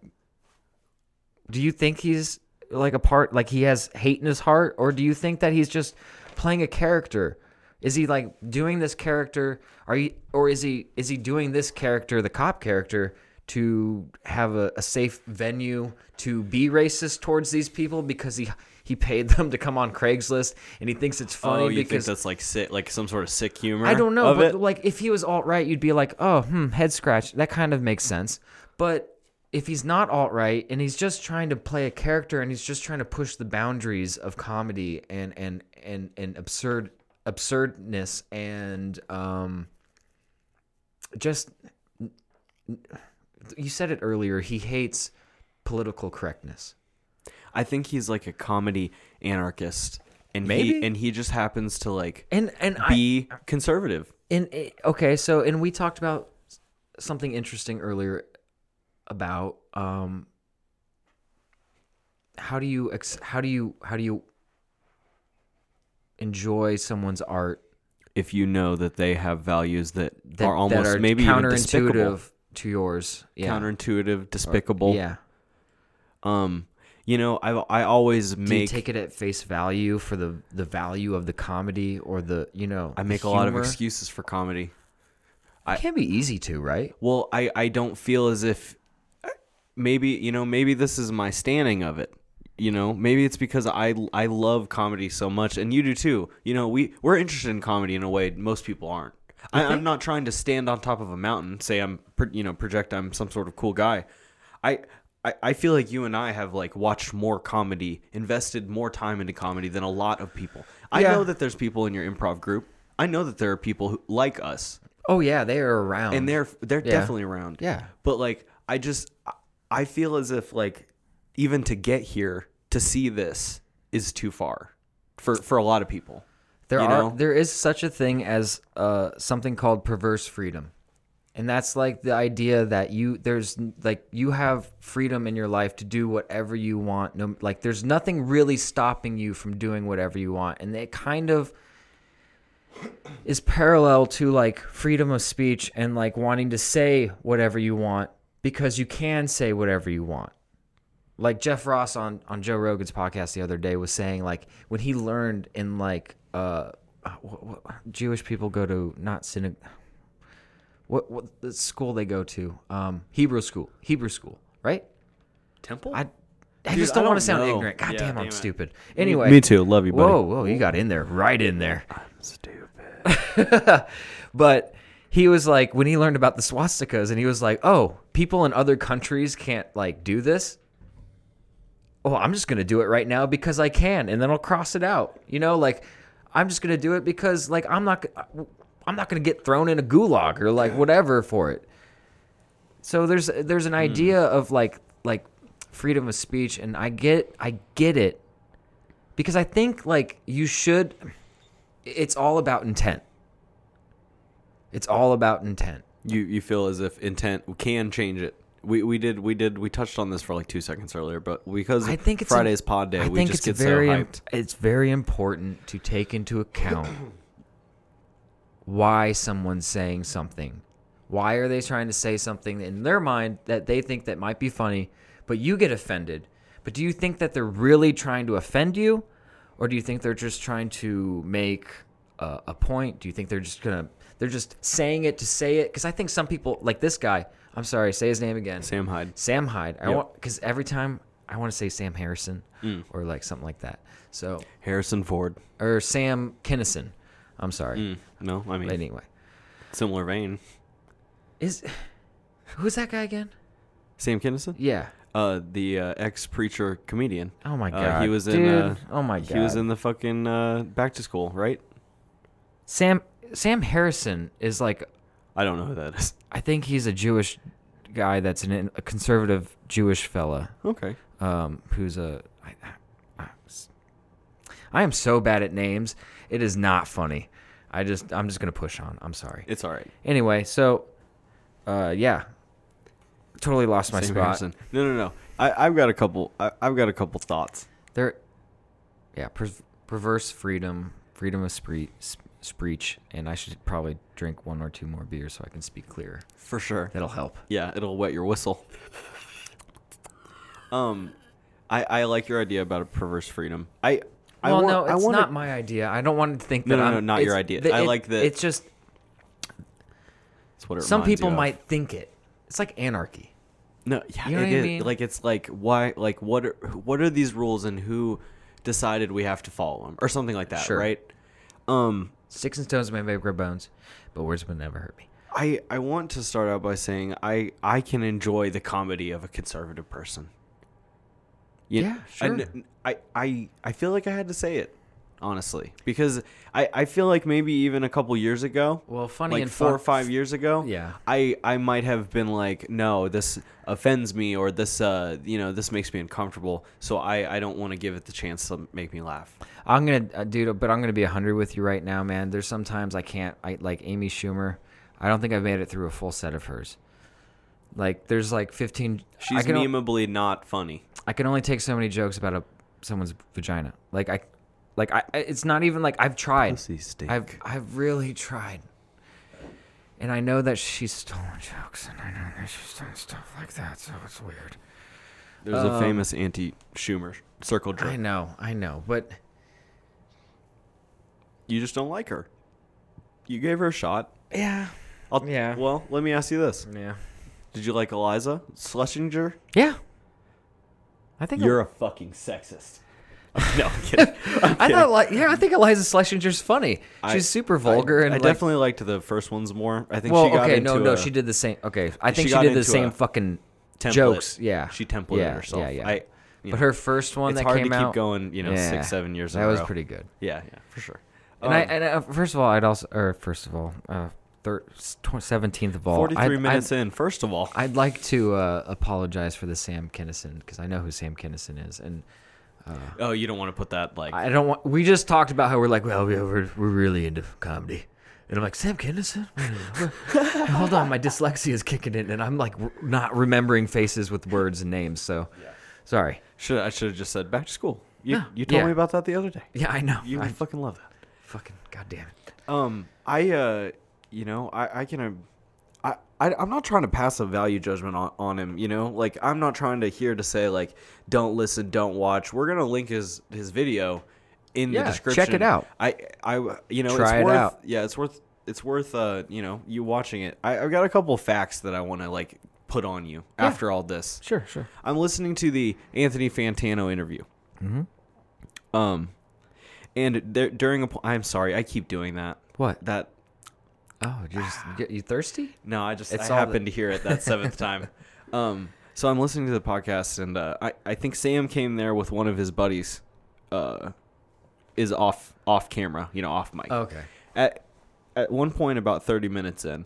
Speaker 1: do you think he's like a part? Like he has hate in his heart, or do you think that he's just playing a character? Is he like doing this character? Are you, or is he is he doing this character, the cop character, to have a, a safe venue to be racist towards these people because he he paid them to come on Craigslist and he thinks it's funny
Speaker 3: oh, you think
Speaker 1: because
Speaker 3: that's like sick, like some sort of sick humor?
Speaker 1: I don't know,
Speaker 3: of
Speaker 1: but
Speaker 3: it?
Speaker 1: like if he was alt right, you'd be like, oh, hmm, head scratch. That kind of makes sense. But if he's not alt right and he's just trying to play a character and he's just trying to push the boundaries of comedy and and and and absurd absurdness and um just you said it earlier he hates political correctness
Speaker 3: I think he's like a comedy anarchist, and he
Speaker 1: Maybe.
Speaker 3: and he just happens to like
Speaker 1: and and I,
Speaker 3: be conservative.
Speaker 1: And eh, okay, so and we talked about s- something interesting earlier about um how do you ex- how do you how do you enjoy someone's art
Speaker 3: if you know that they have values that,
Speaker 1: that
Speaker 3: are almost
Speaker 1: that are
Speaker 3: maybe even despicable,
Speaker 1: counterintuitive to yours? Yeah.
Speaker 3: counterintuitive, despicable.
Speaker 1: yeah.
Speaker 3: Um, you know, I I always
Speaker 1: Do you
Speaker 3: make
Speaker 1: take it at face value for the the value of the comedy or the you know
Speaker 3: I
Speaker 1: the
Speaker 3: make a lot of
Speaker 1: humor?
Speaker 3: excuses for comedy.
Speaker 1: It can be easy to right.
Speaker 3: Well, I I don't feel as if maybe you know maybe this is my standing of it. You know, maybe it's because I I love comedy so much, and you do too. You know, we we're interested in comedy in a way most people aren't. I, I'm not trying to stand on top of a mountain, say I'm pro- you know project I'm some sort of cool guy. I. I I feel like you and I have like watched more comedy, invested more time into comedy than a lot of people. I
Speaker 1: Yeah.
Speaker 3: know that there's people in your improv group. I know that there are people who like us
Speaker 1: Oh yeah, they are around.
Speaker 3: and they're they're definitely around.
Speaker 1: Yeah.
Speaker 3: But like I just I- I feel as if like even to get here to see this is too far for for a lot of people.
Speaker 1: There
Speaker 3: you
Speaker 1: are
Speaker 3: know?
Speaker 1: there is such a thing as uh, something called perverse freedom, and that's like the idea that you there's like you have freedom in your life to do whatever you want. No, like there's nothing really stopping you from doing whatever you want, and it kind of is parallel to like freedom of speech and like wanting to say whatever you want because you can say whatever you want. Like Jeff Ross on on Joe Rogan's podcast the other day was saying like when he learned in like uh what, what, Jewish people go to not synagogue what what the school they go to um Hebrew school Hebrew school right
Speaker 3: Temple?
Speaker 1: I I
Speaker 3: Dude,
Speaker 1: just
Speaker 3: I
Speaker 1: don't, want
Speaker 3: don't
Speaker 1: to sound
Speaker 3: know.
Speaker 1: ignorant. God
Speaker 3: Yeah,
Speaker 1: damn, I'm
Speaker 3: damn it.
Speaker 1: stupid. Anyway,
Speaker 3: Me too. Love you, buddy.
Speaker 1: Whoa, whoa, you got in there, right in there.
Speaker 3: Stupid.
Speaker 1: But he was like, when he learned about the swastikas, and he was like, oh, people in other countries can't like do this. Oh, I'm just gonna do it right now because I can, and then I'll cross it out. You know, like I'm just gonna do it because like I'm not, uh, I'm not gonna get thrown in a gulag or like whatever for it. So there's there's an idea of like like freedom of speech, and I get I get it because I think like you should. It's all about intent. It's all about intent.
Speaker 3: You you feel as if intent can change it. We, we did we did we touched on this for like two seconds earlier, but because
Speaker 1: I think it's im-
Speaker 3: Friday's pod day,
Speaker 1: I
Speaker 3: we
Speaker 1: think
Speaker 3: just get
Speaker 1: it's
Speaker 3: so
Speaker 1: very im-
Speaker 3: hyped.
Speaker 1: it's very important to take into account why someone's saying something. Why are they trying to say something in their mind that they think that might be funny, but you get offended? But do you think that they're really trying to offend you, or do you think they're just trying to make a, a point? Do you think they're just gonna they're just saying it to say it? Because I think some people like this guy. I'm sorry, say his name again.
Speaker 3: Sam Hyde.
Speaker 1: Sam Hyde. I
Speaker 3: Yep. Mm.
Speaker 1: want because every time I want to say Sam Harrison or like something like that. So
Speaker 3: Harrison Ford. Hmm.
Speaker 1: or Sam Kinnison. I'm sorry.
Speaker 3: Mm. No, I mean
Speaker 1: But anyway,
Speaker 3: similar vein.
Speaker 1: is who's that guy again?
Speaker 3: Sam Kinison,
Speaker 1: Yeah.
Speaker 3: uh, the uh, ex preacher comedian.
Speaker 1: Oh my
Speaker 3: Uh, he
Speaker 1: God,
Speaker 3: was in.
Speaker 1: dude.
Speaker 3: Uh,
Speaker 1: Oh my
Speaker 3: He was
Speaker 1: God.
Speaker 3: in the fucking uh, back to school, right?
Speaker 1: Sam Sam Harrison is like
Speaker 3: I don't know who that is.
Speaker 1: I think he's a Jewish guy that's an, a conservative Jewish fella
Speaker 3: Okay.
Speaker 1: um, who's a. I, I- I s- I am so bad at names. It is not funny. I just I'm just gonna push on. I'm sorry.
Speaker 3: It's all right.
Speaker 1: Anyway, so uh yeah. Totally lost my
Speaker 3: Sam
Speaker 1: spot.
Speaker 3: Harrison. No, no, no. I, I've got a couple. I, I've got a couple thoughts.
Speaker 1: There Yeah, per- perverse freedom, freedom of spree- sp- speech, and I should probably drink one or two more beers so I can speak clearer.
Speaker 3: For sure.
Speaker 1: That'll help.
Speaker 3: Yeah, it'll wet your whistle. Um, I I like your idea about a perverse freedom. I I
Speaker 1: well,
Speaker 3: want,
Speaker 1: no,
Speaker 3: I
Speaker 1: it's
Speaker 3: wanna-
Speaker 1: not my idea. I don't want to think
Speaker 3: No,
Speaker 1: that
Speaker 3: no,
Speaker 1: I'm,
Speaker 3: no, not your
Speaker 1: it's-
Speaker 3: idea.
Speaker 1: the-
Speaker 3: I
Speaker 1: it-
Speaker 3: like the-
Speaker 1: It's just
Speaker 3: It's what it
Speaker 1: some
Speaker 3: reminds you
Speaker 1: people
Speaker 3: of.
Speaker 1: might think it. It's like anarchy.
Speaker 3: No, yeah,
Speaker 1: You know
Speaker 3: it
Speaker 1: what I
Speaker 3: is.
Speaker 1: mean?
Speaker 3: Like it's like why? Like what? Are what are these rules and who decided we have to follow them or something like that,
Speaker 1: Sure.
Speaker 3: right? Um,
Speaker 1: Sticks and stones may break my bones, but words will never hurt me.
Speaker 3: I I want to start out by saying I I can enjoy the comedy of a conservative person. You-
Speaker 1: Yeah, sure.
Speaker 3: and I I I feel like I had to say it honestly because I I feel like maybe even a couple years ago.
Speaker 1: Well, funny
Speaker 3: like
Speaker 1: and
Speaker 3: four or
Speaker 1: fun-
Speaker 3: five years ago.
Speaker 1: Yeah.
Speaker 3: I I might have been like, no, this offends me or this uh you know this makes me uncomfortable, so I I don't want to give it the chance to make me laugh.
Speaker 1: I'm gonna, uh, dude, but I'm gonna be hundred with you right now, man. There's sometimes I can't, I like Amy Schumer. I don't think I've made it through a full set of hers. Like, there's like 15. I
Speaker 3: She's
Speaker 1: can, o-
Speaker 3: memeably not funny.
Speaker 1: I can only take so many jokes about a someone's vagina. Like I, like I, I- it's not even like I've tried.
Speaker 3: Pussy stink.
Speaker 1: I've I've really tried. And I know that she's stolen jokes, and I know that she's done stuff like that, so it's weird.
Speaker 3: There's
Speaker 1: um,
Speaker 3: a famous anti Schumer circle jerk.
Speaker 1: I know, I know, but
Speaker 3: you just don't like her. You gave her a shot.
Speaker 1: yeah,
Speaker 3: I'll,
Speaker 1: Yeah.
Speaker 3: Well, let me ask you this:
Speaker 1: yeah,
Speaker 3: Did you like Eliza Schlesinger?
Speaker 1: yeah. I think
Speaker 3: You're a fucking sexist. no, I'm kidding. I'm
Speaker 1: I
Speaker 3: kidding.
Speaker 1: thought, like, yeah, I think Eliza Schlesinger's funny. She's
Speaker 3: I-
Speaker 1: super vulgar
Speaker 3: I,
Speaker 1: and
Speaker 3: I
Speaker 1: like-
Speaker 3: definitely liked the first ones more. I think
Speaker 1: Well,
Speaker 3: she got
Speaker 1: okay,
Speaker 3: into
Speaker 1: no, no,
Speaker 3: a
Speaker 1: she did the same. Okay, I think
Speaker 3: she
Speaker 1: she,
Speaker 3: got
Speaker 1: did the
Speaker 3: into
Speaker 1: same
Speaker 3: a
Speaker 1: fucking
Speaker 3: template.
Speaker 1: jokes. Yeah,
Speaker 3: she templated
Speaker 1: yeah,
Speaker 3: herself.
Speaker 1: Yeah, yeah.
Speaker 3: I,
Speaker 1: but
Speaker 3: you know,
Speaker 1: her first one
Speaker 3: it's
Speaker 1: that
Speaker 3: hard
Speaker 1: came
Speaker 3: to keep
Speaker 1: out,
Speaker 3: going. You know,
Speaker 1: yeah,
Speaker 3: six, seven years. in
Speaker 1: That
Speaker 3: a
Speaker 1: was
Speaker 3: row. Um,
Speaker 1: pretty good.
Speaker 3: Yeah, yeah, for sure.
Speaker 1: And I, and uh, first of all, I'd also, or first of all, uh, seventeenth of all,
Speaker 3: forty-three
Speaker 1: Oh, I'd-
Speaker 3: minutes
Speaker 1: I'd,
Speaker 3: in. First of all,
Speaker 1: I'd like to uh, apologize for the Sam Kinnison because I know who Sam Kinnison is, and
Speaker 3: oh, you don't want to put that like.
Speaker 1: I don't want. We just talked about how we're like, well, we- we're we're really into comedy, and I'm like Sam Kinison. Hold on, my dyslexia is kicking in, and I'm like r- not remembering faces with words and names. So, sorry.
Speaker 3: should I should have just said back to school. You
Speaker 1: No,
Speaker 3: you told
Speaker 1: yeah.
Speaker 3: me about that the other day.
Speaker 1: Yeah, I know.
Speaker 3: You
Speaker 1: I
Speaker 3: fucking love that.
Speaker 1: Fucking goddamn it.
Speaker 3: Um, I, uh, you know, I, I can, uh, I, I, I'm not trying to pass a value judgment on, on him. You know, like I'm not trying to here to say like, don't listen, don't watch. We're gonna link his his video in
Speaker 1: Yeah,
Speaker 3: the
Speaker 1: check
Speaker 3: description.
Speaker 1: it out.
Speaker 3: I, I, you know,
Speaker 1: Try
Speaker 3: it's
Speaker 1: it
Speaker 3: worth,
Speaker 1: out.
Speaker 3: Yeah, it's worth, it's worth, uh, you know, you watching it. I, I've got a couple facts that I want to like put on you after all this.
Speaker 1: Sure, sure.
Speaker 3: I'm listening to the Anthony Fantano interview. Mm-hmm. Um, and there, during a, po- I'm sorry, I keep doing that.
Speaker 1: What?
Speaker 3: That
Speaker 1: Oh, you just
Speaker 6: Ah.
Speaker 1: you- you thirsty?
Speaker 3: no, I just
Speaker 1: It's
Speaker 3: I
Speaker 1: all
Speaker 3: happened to hear it that seventh time. Um, so I'm listening to the podcast, and uh, I I think Sam came there with one of his buddies. Uh, is off off camera, you know, off mic.
Speaker 1: Okay.
Speaker 3: At at one point, about thirty minutes in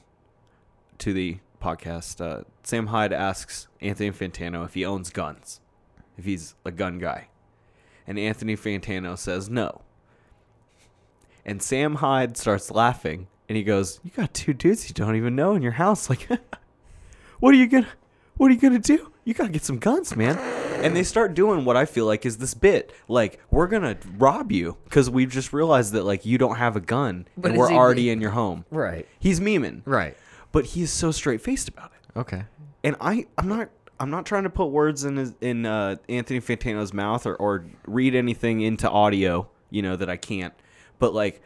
Speaker 3: to the podcast, uh, Sam Hyde asks Anthony Fantano if he owns guns, if he's a gun guy, and Anthony Fantano says no. And Sam Hyde starts laughing, and he goes, "You got two dudes you don't even know in your house. Like, what are you gonna, what are you gonna do? You gotta get some guns, man." And they start doing what I feel like is this bit, like we're gonna rob you because we've just realized that like you don't have a gun,
Speaker 1: But
Speaker 3: and we're
Speaker 1: is he
Speaker 3: already
Speaker 1: me-
Speaker 3: in your home.
Speaker 1: Right.
Speaker 3: He's memeing,
Speaker 1: Right.
Speaker 3: But he is so straight faced about it
Speaker 1: Okay.
Speaker 3: and I I'm not I'm not trying to put words in his, in uh, Anthony Fantano's mouth or, or read anything into audio, you know that I can't. But like,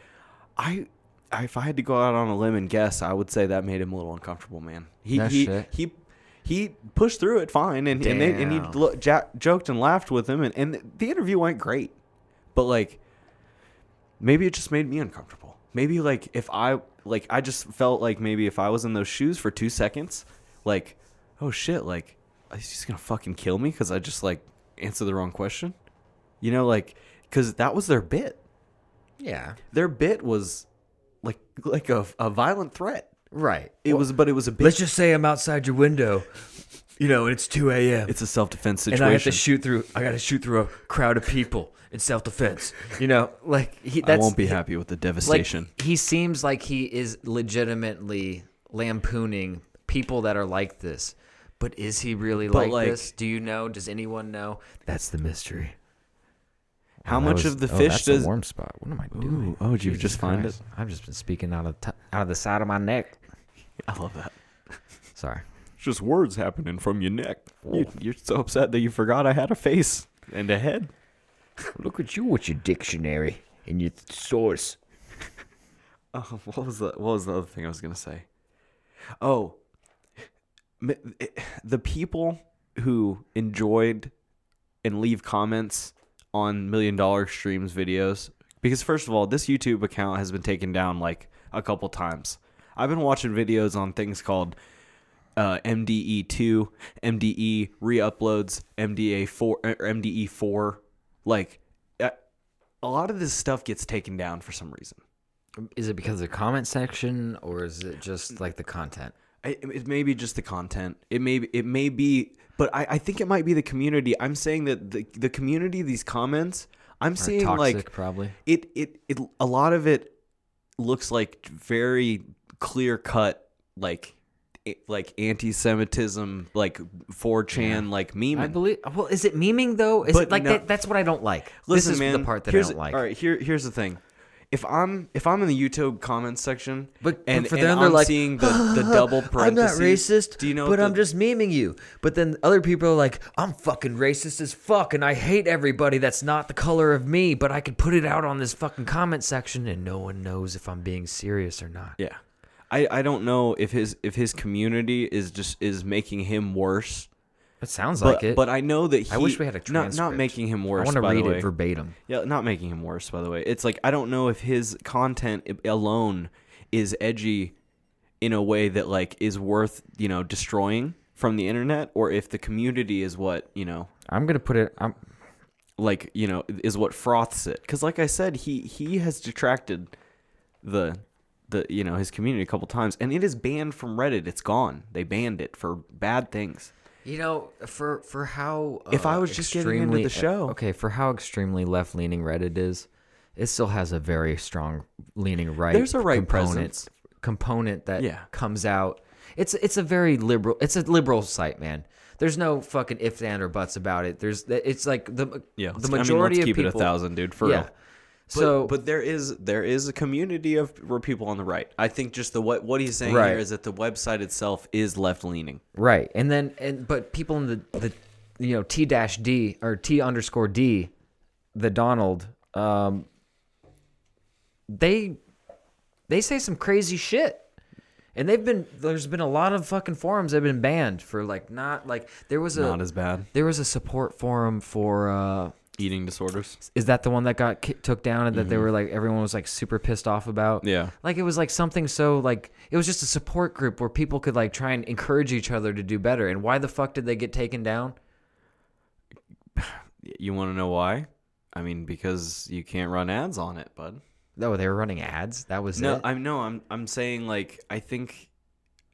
Speaker 3: I if I had to go out on a limb and guess, I would say that made him a little uncomfortable, man. He
Speaker 1: No
Speaker 3: he,
Speaker 1: shit.
Speaker 3: he he pushed through it fine, and and, they, and he
Speaker 1: Damn.
Speaker 3: lo- ja- joked and laughed with him, and, and the interview went great. But like, maybe it just made me uncomfortable. Maybe like if I like I just felt like maybe if I was in those shoes for two seconds, like, oh shit, like he's just gonna fucking kill me because I just like answered the wrong question. You know, like because that was their bit.
Speaker 1: Yeah.
Speaker 3: Their bit was like like a, a violent threat.
Speaker 1: Right.
Speaker 3: It was, but it was a bit.
Speaker 6: Let's just say I'm outside your window. You know, and it's 2 a.m.
Speaker 3: it's a self defense
Speaker 6: and
Speaker 3: situation.
Speaker 6: I have to shoot through. I got to shoot through a crowd of people in self-defense. You know, like he,
Speaker 3: I
Speaker 6: that's
Speaker 3: won't be happy with the
Speaker 1: Like,
Speaker 3: devastation.
Speaker 1: he seems like he is legitimately lampooning people that are like this. But is he really like,
Speaker 3: like-
Speaker 1: this? Do you know? Does anyone know?
Speaker 6: that's the mystery.
Speaker 3: How
Speaker 1: That
Speaker 3: much
Speaker 1: was-
Speaker 3: of the
Speaker 1: oh,
Speaker 3: fish
Speaker 1: that's
Speaker 3: does?
Speaker 1: a warm spot? What am I
Speaker 3: Ooh,
Speaker 1: doing?
Speaker 3: oh, did you just find
Speaker 1: it? I've just been speaking out of t- out of the side of my neck.
Speaker 3: I love that.
Speaker 1: Sorry.
Speaker 3: It's just words happening from your neck. You, you're so upset that you forgot I had a face and a head.
Speaker 6: Look at you with your dictionary and your source.
Speaker 3: Oh, what was the what was the other thing I was gonna say? Oh, m- it- the people who enjoyed and leave comments on million dollar streams videos because first of all, this YouTube account has been taken down like a couple times. I've been watching videos on things called uh, MDE2, MDE E re-uploads, MDA4, or MDE4. E Like uh, a lot of this stuff gets taken down for some reason.
Speaker 1: Is it because of the comment section or is it just like the content?
Speaker 3: I, it may be just the content. It may be- it may be, but I, I think it might be the community. I'm saying that the the community these comments. I'm
Speaker 1: Or
Speaker 3: seeing
Speaker 1: toxic,
Speaker 3: like
Speaker 1: probably.
Speaker 3: it it it a lot of it looks like very clear cut like it- like anti-Semitism like 4chan like meme.
Speaker 1: I believe. Well, is it memeing though? Is
Speaker 3: But
Speaker 1: it like
Speaker 3: no-
Speaker 1: that? That's what I don't like.
Speaker 3: Listen,
Speaker 1: this is
Speaker 3: man,
Speaker 1: the part that I
Speaker 3: here's-
Speaker 1: don't like.
Speaker 3: All right, here here's the thing. If I'm if I'm in the YouTube comments section,
Speaker 6: But- but
Speaker 3: and,
Speaker 6: for
Speaker 3: and
Speaker 6: them, they're
Speaker 3: I'm
Speaker 6: like,
Speaker 3: seeing the, the double
Speaker 6: I'm not
Speaker 3: parentheses,
Speaker 6: racist,
Speaker 3: Do you know?
Speaker 6: but
Speaker 3: the-
Speaker 6: I'm just memeing you. But then other people are like, I'm fucking racist as fuck, and I hate everybody that's not the color of me. But I could put it out on this fucking comment section, and no one knows if I'm being serious or not.
Speaker 3: Yeah. I, I don't know if his if his community is just is making him worse.
Speaker 1: It sounds
Speaker 3: But,
Speaker 1: like it.
Speaker 3: but I know that he
Speaker 1: I wish we had a
Speaker 3: not
Speaker 1: transcript.
Speaker 3: not making him worse.
Speaker 1: I want to
Speaker 3: by the
Speaker 1: read
Speaker 3: way.
Speaker 1: it verbatim.
Speaker 3: Yeah, not making him worse by the way. It's like I don't know if his content i- alone is edgy in a way that like is worth, you know, destroying from the internet or if the community is what, you know,
Speaker 1: I'm gonna put it. I'm,
Speaker 3: like you know is what froths it because like i said he he has detracted the the you know his community a couple times and it is banned from reddit it's gone they banned it for bad things
Speaker 1: you know, for for how uh,
Speaker 3: If I was just getting
Speaker 1: extremely-
Speaker 3: into
Speaker 1: e,
Speaker 3: the show.
Speaker 1: okay, for how extremely left leaning Reddit is, it still has a very strong leaning right.
Speaker 3: There's a right
Speaker 1: component
Speaker 3: presence.
Speaker 1: component that
Speaker 3: Yeah.
Speaker 1: comes out. It's it's a very liberal. It's a liberal site, man. There's no fucking ifs and or buts about it. There's it's like the
Speaker 3: yeah
Speaker 1: the majority
Speaker 3: I mean, let's keep
Speaker 1: of people.
Speaker 3: it a thousand dude for
Speaker 1: yeah.
Speaker 3: real
Speaker 1: so
Speaker 3: but there is there is a community of where people on the right. I think just the what what he's saying
Speaker 1: Right.
Speaker 3: here is that the website itself is left leaning.
Speaker 1: right, and then and but people in the the you know T dash D or T underscore D, the Donald, um, they they say some crazy shit. And they've been there's been a lot of fucking forums that have been banned for like not like there was a
Speaker 3: Not as bad.
Speaker 1: there was a support forum for uh
Speaker 3: Eating disorders.
Speaker 1: is that the one that got ki- took down and that
Speaker 3: Mm-hmm.
Speaker 1: they were like everyone was like super pissed off about
Speaker 3: Yeah.
Speaker 1: like it was like something so like it was just a support group where people could like try and encourage each other to do better and why the fuck did they get taken down
Speaker 3: You want to know why? I mean, because you can't run ads on it, bud.
Speaker 1: oh they were running ads that was
Speaker 3: No,
Speaker 1: it
Speaker 3: I'm no, I'm I'm saying like I think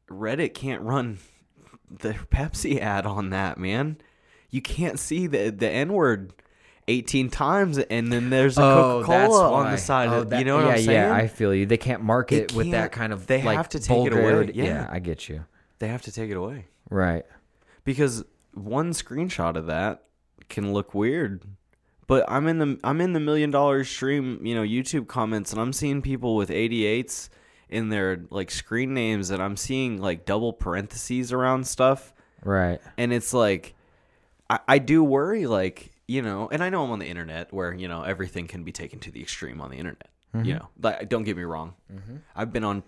Speaker 3: Reddit can't run the Pepsi ad on that, man. You can't see the the N word eighteen times, and then there's a
Speaker 1: Oh,
Speaker 3: Coca
Speaker 1: that's
Speaker 3: Cola on
Speaker 1: why.
Speaker 3: the side.
Speaker 1: Oh,
Speaker 3: of,
Speaker 1: that-
Speaker 3: you know what
Speaker 1: yeah,
Speaker 3: I'm saying?
Speaker 1: Yeah, I feel you. They can't
Speaker 3: They
Speaker 1: market with that
Speaker 3: can't-
Speaker 1: kind of.
Speaker 3: they
Speaker 1: like,
Speaker 3: have to take it away,
Speaker 1: vulgarity.
Speaker 3: yeah.
Speaker 1: I get you.
Speaker 3: They have to take it away
Speaker 1: Right.
Speaker 3: because one screenshot of that can look weird. But I'm in the I'm in the million dollar stream, you know, YouTube comments, and I'm seeing people with 88s in their like screen names, and I'm seeing like double parentheses around stuff.
Speaker 1: Right.
Speaker 3: and it's like I, I do worry like you know and i know i'm on the internet where you know everything can be taken to the extreme on the internet
Speaker 1: Mm-hmm.
Speaker 3: you know like don't get me wrong i've been on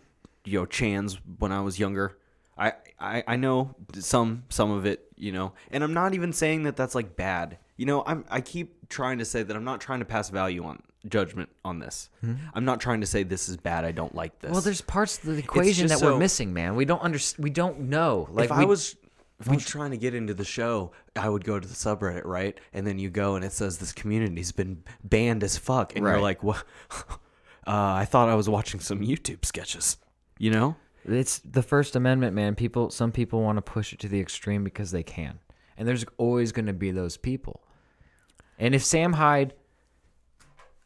Speaker 3: you know chans when i was younger I, I i know some some of it you know and i'm not even saying that that's like bad you know i'm i keep trying to say that i'm not trying to pass value on judgment on this i'm not trying to say this is bad i don't like this
Speaker 1: Hmm? Well, there's parts of the equation that
Speaker 3: just
Speaker 1: we're
Speaker 3: so-
Speaker 1: missing, man. We don't understand. We don't know. Like
Speaker 3: if
Speaker 1: we,
Speaker 3: I was if I was trying to get into the show, I would go to the subreddit, right? And then you go and it says this community's been banned as fuck, and
Speaker 1: Right.
Speaker 3: you're like, "What? Uh, I thought I was watching some YouTube sketches, you know?
Speaker 1: It's the First Amendment, man. People, some people want to push it to the extreme because they can, and there's always going to be those people. And if Sam Hyde,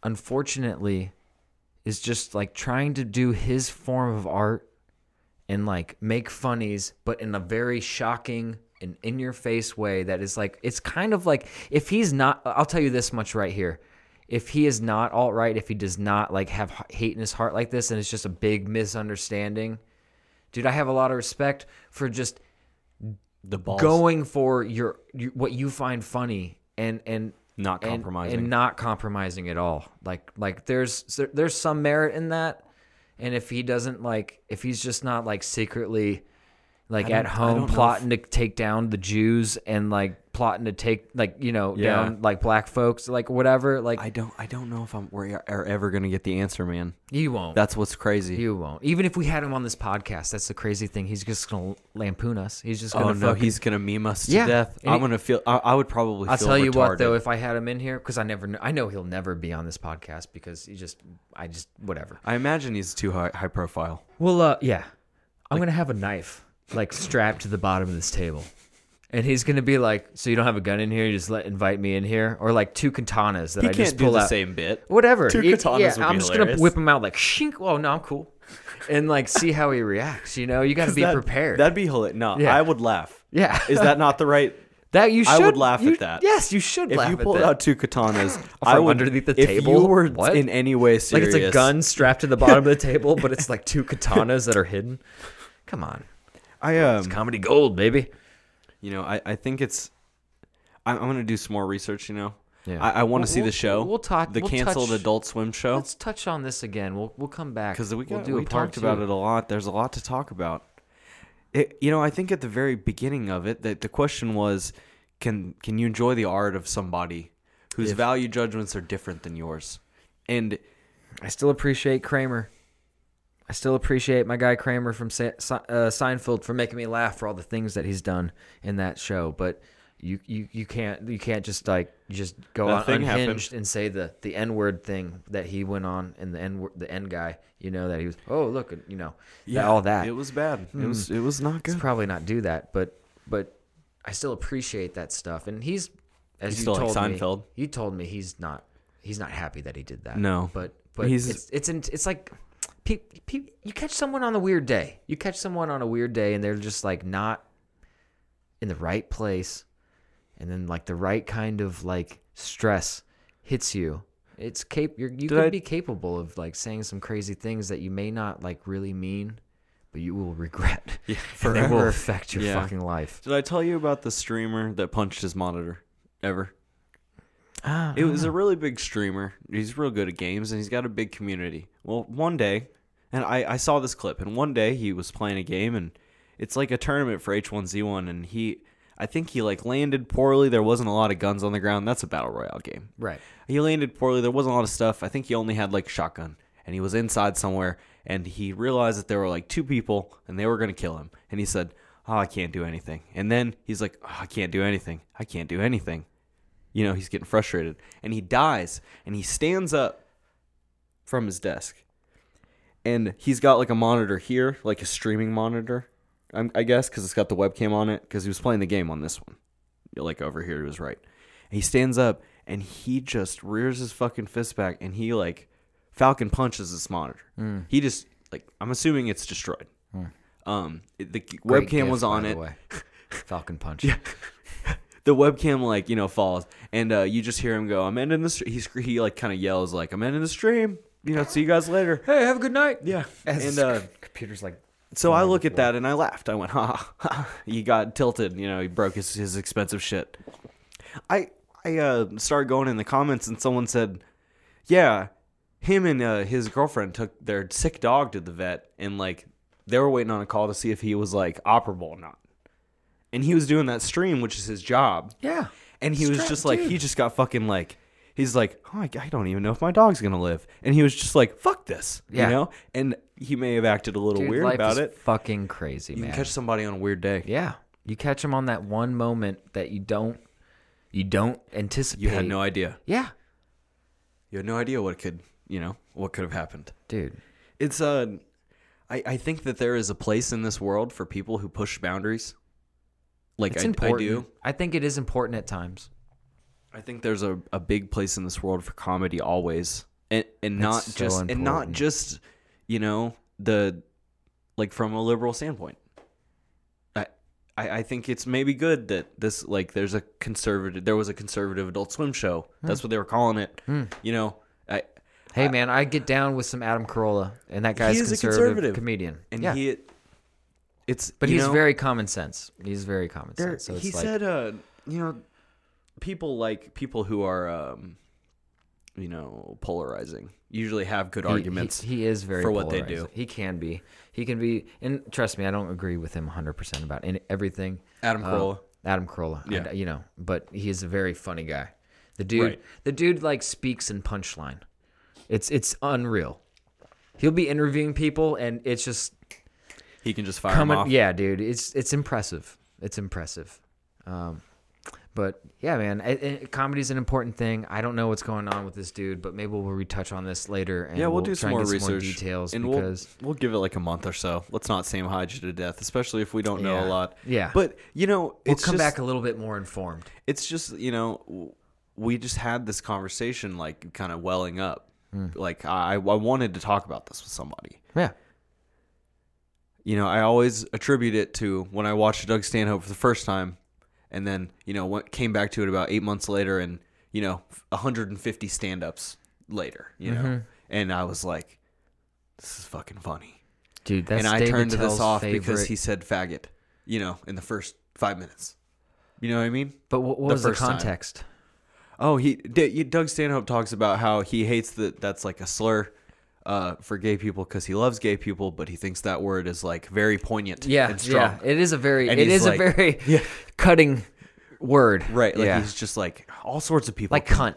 Speaker 1: unfortunately, is just like trying to do his form of art and like make funnies, but in a very shocking and in your face way that is like, it's kind of like if he's not, I'll tell you this much right here. If he is not alt right, if he does not like have h- hate in his heart like this and it's just a big misunderstanding, dude, I have a lot of respect for just
Speaker 3: The balls
Speaker 1: going for your, your what you find funny and and
Speaker 3: not
Speaker 1: and-
Speaker 3: compromising.
Speaker 1: and not compromising at all. Like like there's there- there's some merit in that. And if he doesn't like if he's just not like secretly like at
Speaker 3: don't- I
Speaker 1: home
Speaker 3: don't know
Speaker 1: plotting to take down the Jews and like plotting to take like you know
Speaker 3: Yeah.
Speaker 1: down like black folks like whatever like
Speaker 3: I don't I don't know if I'm we are ever gonna get the answer, man.
Speaker 1: you won't
Speaker 3: That's what's crazy.
Speaker 1: you won't even if we had him on this podcast that's the crazy thing he's just gonna lampoon us he's just gonna
Speaker 3: oh no,
Speaker 1: fucking-
Speaker 3: he's gonna meme us to
Speaker 1: Yeah.
Speaker 3: death.
Speaker 1: And
Speaker 3: I'm
Speaker 1: he-
Speaker 3: gonna feel. I, I would probably.
Speaker 1: I'll
Speaker 3: feel
Speaker 1: tell you what,
Speaker 3: retarded.
Speaker 1: though, if I had him in here, because I never, kn- I know he'll never be on this podcast because he just, I just, whatever.
Speaker 3: I imagine he's too high high profile.
Speaker 1: Well, uh, yeah, I'm gonna have a knife like strapped to the bottom of this table, and he's gonna be like, "So you don't have a gun in here? You just let invite me in here?" Or like two katanas that I just pull out.
Speaker 3: bit.
Speaker 1: Whatever.
Speaker 3: Two
Speaker 1: It-
Speaker 3: katanas
Speaker 1: yeah,
Speaker 3: would be
Speaker 1: I'm just
Speaker 3: hilarious.
Speaker 1: gonna whip him out like shink. Oh no, I'm cool, and like see how he reacts. You know, you gotta be
Speaker 3: That-
Speaker 1: prepared.
Speaker 3: That'd be hilarious. No,
Speaker 1: Yeah.
Speaker 3: I would laugh.
Speaker 1: Yeah.
Speaker 3: Is that not the right?
Speaker 1: that you should.
Speaker 3: I would laugh at
Speaker 1: you-
Speaker 3: that.
Speaker 1: Yes, you should
Speaker 3: If
Speaker 1: laugh
Speaker 3: you
Speaker 1: at
Speaker 3: pulled
Speaker 1: that.
Speaker 3: out two katanas, I
Speaker 1: From
Speaker 3: would.
Speaker 1: underneath the
Speaker 3: if you
Speaker 1: table?
Speaker 3: were
Speaker 1: What?
Speaker 3: in any way serious,
Speaker 1: Like it's a gun strapped to the bottom of the table, but it's like two katanas that are hidden. Come on,
Speaker 3: I um,
Speaker 1: comedy gold, baby.
Speaker 3: you know, I, I think it's. I'm, I'm gonna do some more research. You know,
Speaker 1: Yeah.
Speaker 3: I, I want to
Speaker 1: We'll-
Speaker 3: see
Speaker 1: we'll-
Speaker 3: the show.
Speaker 1: we'll talk-
Speaker 3: the
Speaker 1: we'll
Speaker 3: canceled
Speaker 1: touch-
Speaker 3: Adult Swim show
Speaker 1: Let's touch on this again. We'll we'll come back
Speaker 3: because we got,
Speaker 1: we'll do
Speaker 3: we
Speaker 1: a part
Speaker 3: talked about
Speaker 1: two.
Speaker 3: it a lot. There's a lot to talk about. It, you know, I think at the very beginning of it, that the question was, can can you enjoy the art of somebody whose value judgments are different than yours? And
Speaker 1: I still appreciate Kramer. I still appreciate my guy Kramer from Se- Se- uh, Seinfeld for making me laugh for all the things that he's done in that show. But you you, you can't you can't just like you just go
Speaker 3: That
Speaker 1: on
Speaker 3: thing happened.
Speaker 1: unhinged and say the the n word thing that he went on and the n the n guy. You know that he was oh look you know yeah all that Hmm.
Speaker 3: It was bad. It was it was not
Speaker 1: Let's
Speaker 3: good.
Speaker 1: probably not do that, but but I still appreciate that stuff. And he's as
Speaker 3: You
Speaker 1: you
Speaker 3: still like
Speaker 1: told
Speaker 3: Seinfeld?
Speaker 1: me, you told me he's not he's not happy that he did that.
Speaker 3: No.
Speaker 1: but but
Speaker 3: He's-
Speaker 1: it's it's in, it's like pe- pe- you catch someone on a weird day. You catch someone on a weird day, and they're just like not in the right place, and then like the right kind of like stress hits you, It's cap. You're, you
Speaker 3: Did
Speaker 1: could
Speaker 3: I-
Speaker 1: be capable of like saying some crazy things that you may not like really mean, but you will regret. Yeah, and they will
Speaker 3: forever.
Speaker 1: affect your
Speaker 3: Yeah.
Speaker 1: fucking life.
Speaker 3: Did I tell you about the streamer that punched his monitor ever? it was a really big streamer. He's real good at games and he's got a big community. Well, one day, and I, I saw this clip, and one day he was playing a game and it's like a tournament for H1Z1 and he I think he like landed poorly. There wasn't a lot of guns on the ground. That's a battle royale game.
Speaker 1: Right.
Speaker 3: He landed poorly. There wasn't a lot of stuff. I think he only had like a shotgun, and he was inside somewhere. And he realized that there were like two people, and they were gonna kill him. And he said, "Oh, I can't do anything." And then he's like, oh, "I can't do anything. I can't do anything." You know, he's getting frustrated, and he dies. And he stands up from his desk, and he's got like a monitor here, like a streaming monitor, I'm- I guess, because it's got the webcam on it. Because he was playing the game on this one like over here to his right. And he stands up and he just rears his fucking fist back and he like Falcon punches this monitor.
Speaker 1: Hmm.
Speaker 3: He just like I'm assuming it's destroyed. Um, it- the g-
Speaker 1: Great
Speaker 3: webcam
Speaker 1: gift,
Speaker 3: was on
Speaker 1: by
Speaker 3: it.
Speaker 1: The way. Falcon punch.
Speaker 3: The webcam like you know falls and uh, you just hear him go. I'm ending this. He sc- he like kind of yells like I'm ending the stream. You know, see you guys later.
Speaker 1: Hey, have a good night.
Speaker 3: Yeah.
Speaker 1: As
Speaker 3: and uh,
Speaker 1: computer's like
Speaker 3: So I look at that and I laughed. I went, ha, ha, ha." he got tilted. You know, he broke his, his expensive shit. I I uh, started going in the comments and someone said, yeah, him and uh, his girlfriend took their sick dog to the vet and like they were waiting on a call to see if he was like operable or not. And he was doing that stream, which is his job.
Speaker 1: yeah.
Speaker 3: And he was
Speaker 1: Strap-
Speaker 3: just like,
Speaker 1: dude.
Speaker 3: he just got fucking like, he's like, oh, I, I don't even know if my dog's gonna live. And he was just like, fuck this,
Speaker 1: Yeah.
Speaker 3: you know. And he may have acted a little
Speaker 1: Dude,
Speaker 3: weird
Speaker 1: life
Speaker 3: about
Speaker 1: is
Speaker 3: it.
Speaker 1: Fucking crazy,
Speaker 3: You
Speaker 1: man.
Speaker 3: can catch somebody on a weird day.
Speaker 1: yeah, you catch them on that one moment that you don't, you don't anticipate.
Speaker 3: You had no idea.
Speaker 1: Yeah,
Speaker 3: You had no idea what could, you know, what could have happened.
Speaker 1: dude.
Speaker 3: It's uh I, I think that there is a place in this world for people who push boundaries. Like
Speaker 1: It's
Speaker 3: I, I
Speaker 1: important.
Speaker 3: do.
Speaker 1: I think it is important at times.
Speaker 3: I think there's a, a big place in this world for comedy always. And and not
Speaker 1: That's so
Speaker 3: just and not
Speaker 1: important.
Speaker 3: just, you know, the like from a liberal standpoint. I I I think it's maybe good that this like there's a conservative there was a conservative adult swim show. That's what they were calling it. You know, I
Speaker 1: Hey, man, I get down with some Adam Carolla, and that guy's
Speaker 3: He is a
Speaker 1: conservative,
Speaker 3: conservative.
Speaker 1: comedian.
Speaker 3: and
Speaker 1: yeah,
Speaker 3: he it's
Speaker 1: but
Speaker 3: you
Speaker 1: he's
Speaker 3: know,
Speaker 1: very common sense. He's very common sense. So it's
Speaker 3: he
Speaker 1: like,
Speaker 3: said uh you know people like people who are um you know polarizing usually have good
Speaker 1: he-
Speaker 3: arguments
Speaker 1: He, he is very
Speaker 3: for what they
Speaker 1: polarizing.
Speaker 3: do.
Speaker 1: He can be. He can be. And trust me, I don't agree with him 100 percent about any, everything. Um,
Speaker 3: Adam Carolla.
Speaker 1: Adam Carolla. I-
Speaker 3: Yeah.
Speaker 1: you know, but he is a very funny guy. The dude.
Speaker 3: Right.
Speaker 1: The dude like speaks in punchline. It's it's unreal. He'll be interviewing people, and it's just
Speaker 3: he can just fire 'em
Speaker 1: coming.
Speaker 3: off
Speaker 1: Yeah, dude, it's it's impressive. It's impressive. Um, but yeah, man, it, it, comedy's an important thing. I don't know what's going on with this dude, but maybe we'll retouch on this later. And
Speaker 3: yeah, we'll, do
Speaker 1: try
Speaker 3: some more
Speaker 1: and get
Speaker 3: research
Speaker 1: some more details
Speaker 3: and
Speaker 1: because
Speaker 3: we'll, we'll give it like a month or so. Let's not Sam Hodge to death, especially if we don't know
Speaker 1: Yeah.
Speaker 3: a lot.
Speaker 1: Yeah.
Speaker 3: but you know,
Speaker 1: we'll
Speaker 3: it's
Speaker 1: come
Speaker 3: just,
Speaker 1: back a little bit more informed.
Speaker 3: it's just you know w- we just had this conversation like kind of welling up.
Speaker 1: Hmm.
Speaker 3: Like I, I wanted to talk about this with somebody.
Speaker 1: Yeah,
Speaker 3: you know, I always attribute it to when I watched Doug Stanhope for the first time, and then you know went, came back to it about eight months later, and you know, 150 stand-ups later, you know, and I was like, this is fucking funny,
Speaker 1: dude, that's
Speaker 3: and I
Speaker 1: David
Speaker 3: turned
Speaker 1: Tell's
Speaker 3: this off
Speaker 1: favorite.
Speaker 3: because he said faggot, you know, in the first five minutes. You know what I mean?
Speaker 1: But what, what
Speaker 3: the
Speaker 1: was the
Speaker 3: first time.
Speaker 1: context?
Speaker 3: Oh, he D- you- Doug Stanhope talks about how he hates that that's like a slur uh, for gay people because he loves gay people, but he thinks that word is like very poignant.
Speaker 1: Yeah,
Speaker 3: and strong.
Speaker 1: yeah, it is a very,
Speaker 3: And
Speaker 1: it
Speaker 3: he's
Speaker 1: is a
Speaker 3: like-
Speaker 1: very cutting word.
Speaker 3: Right. Like
Speaker 1: yeah.
Speaker 3: he's just like all sorts of people.
Speaker 1: like cunt.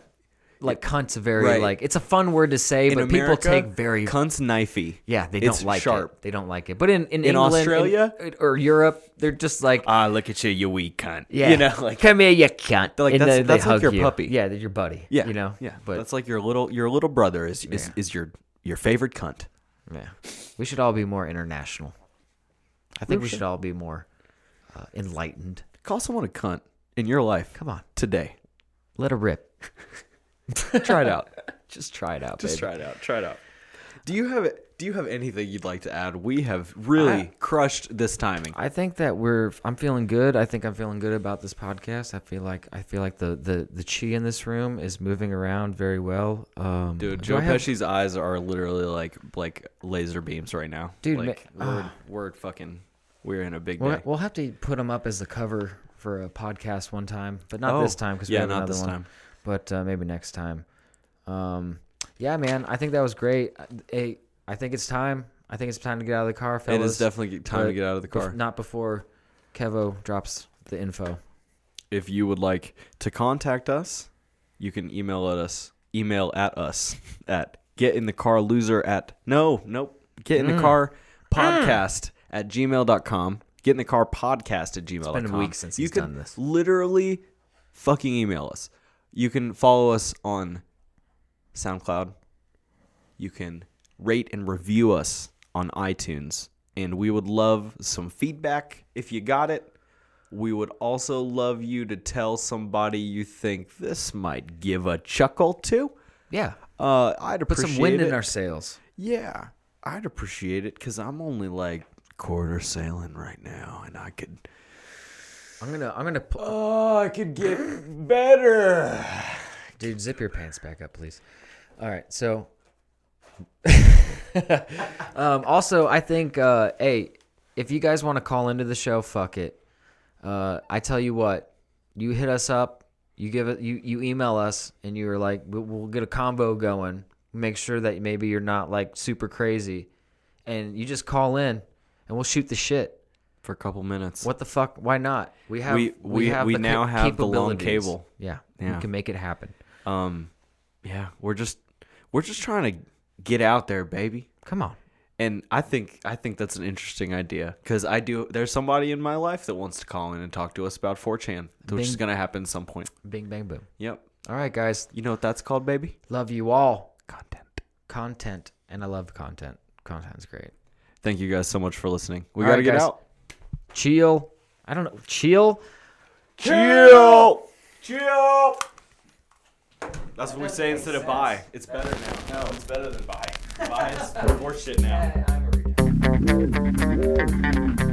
Speaker 1: Like cunt's a very
Speaker 3: Right.
Speaker 1: like it's a fun word to say,
Speaker 3: in
Speaker 1: but people
Speaker 3: America,
Speaker 1: take very
Speaker 3: cunts knifey.
Speaker 1: Yeah, they
Speaker 3: It's
Speaker 1: don't like
Speaker 3: sharp.
Speaker 1: it. They don't like it. But in in,
Speaker 3: In
Speaker 1: England,
Speaker 3: Australia?
Speaker 1: in- or Europe, they're just like,
Speaker 3: Ah, look at you, you weak cunt.
Speaker 1: yeah,
Speaker 3: You know, like
Speaker 1: come here, you cunt.
Speaker 3: They're like,
Speaker 1: And
Speaker 3: "That's-
Speaker 1: they- they
Speaker 3: that's like
Speaker 1: hug
Speaker 3: your
Speaker 1: you.
Speaker 3: puppy."
Speaker 1: Yeah, they're your buddy.
Speaker 3: yeah,
Speaker 1: you know.
Speaker 3: yeah.
Speaker 1: but
Speaker 3: that's like your little your little brother is is, is your your favorite cunt.
Speaker 1: yeah, we should all be more international. I think we should all be more uh, enlightened.
Speaker 3: Call someone a cunt in your life.
Speaker 1: Come on,
Speaker 3: today.
Speaker 1: let it rip.
Speaker 3: try it out.
Speaker 1: Just try it out, baby.
Speaker 3: Just try it out. Try it out. Do you have do you have anything you'd like to add? We have really
Speaker 1: I-
Speaker 3: crushed this timing.
Speaker 1: I think that we're. I'm feeling good. I think I'm feeling good about this podcast. I feel like I feel like the the the chi in this room is moving around very well. Um,
Speaker 3: Dude,
Speaker 1: do
Speaker 3: Joe
Speaker 1: I have-
Speaker 3: Pesci's eyes are literally like like laser beams right now.
Speaker 1: Dude,
Speaker 3: like,
Speaker 1: ma-
Speaker 3: we're, we're fucking we're in a big
Speaker 1: We'll,
Speaker 3: day.
Speaker 1: we'll have to put them up as the cover for a podcast one time, but not this
Speaker 3: Oh,
Speaker 1: time because we
Speaker 3: yeah,
Speaker 1: have
Speaker 3: not
Speaker 1: another
Speaker 3: this
Speaker 1: one.
Speaker 3: time.
Speaker 1: But uh, maybe next time. Um, yeah, man, I think that was great. I, I think it's time. I think it's time to get out of the car, fellas.
Speaker 3: it is definitely time
Speaker 1: but
Speaker 3: to get out of the
Speaker 1: bef-
Speaker 3: car.
Speaker 1: not before Kevo drops the info.
Speaker 3: if you would like to contact us, you can email at us. Email at us at get in the car loser at no nope get in the car
Speaker 1: Hmm.
Speaker 3: podcast at gmail.com get in the car podcast at gmail.com
Speaker 1: been a week since
Speaker 3: you
Speaker 1: he's
Speaker 3: can
Speaker 1: done this.
Speaker 3: literally fucking email us you can follow us on soundcloud you can rate and review us on itunes and we would love some feedback if you got it we would also love you to tell somebody you think this might give a chuckle to.
Speaker 1: Yeah,
Speaker 3: Uh, I'd
Speaker 1: put
Speaker 3: appreciate
Speaker 1: some wind
Speaker 3: it.
Speaker 1: in our sails.
Speaker 3: yeah, I'd appreciate it because I'm only like quarter sailing right now, and I could.
Speaker 1: I'm gonna, I'm gonna, pl-
Speaker 3: Oh, I could get better.
Speaker 1: dude, zip your pants back up, please. All right, so. um, also, I think, uh, hey, if you guys want to call into the show, fuck it. Uh, I tell you what, you hit us up, you give it, you you email us, and you are like, we'll, we'll get a combo going. Make sure that maybe you're not like super crazy, and you just call in, and we'll shoot the shit.
Speaker 3: For a couple minutes.
Speaker 1: What the fuck? Why not? We have
Speaker 3: We- we- we
Speaker 1: ca-
Speaker 3: now have the long
Speaker 1: capabilities.
Speaker 3: cable.
Speaker 1: Yeah,
Speaker 3: Yeah.
Speaker 1: we can make it happen.
Speaker 3: Um, yeah, we're just we're just trying to get out there, baby.
Speaker 1: Come on.
Speaker 3: And I think I think that's an interesting idea because I do. There's somebody in my life that wants to call in and talk to us about 4chan, which is
Speaker 1: Bing.
Speaker 3: gonna happen some point.
Speaker 1: Bing bang boom.
Speaker 3: Yep.
Speaker 1: All right, guys.
Speaker 3: You know what that's called, baby?
Speaker 1: Love you all.
Speaker 3: Content.
Speaker 1: Content, and I love content. Content's great.
Speaker 3: Thank you guys so much for listening. We
Speaker 1: All
Speaker 3: gotta
Speaker 1: right,
Speaker 3: get
Speaker 1: guys.
Speaker 3: out.
Speaker 1: Chill. I don't know. Chill.
Speaker 3: Chill. Chill. That's what we say instead of bye. It's better now. No, it's better than bye. Bye is more shit now.
Speaker 1: I'm a retard.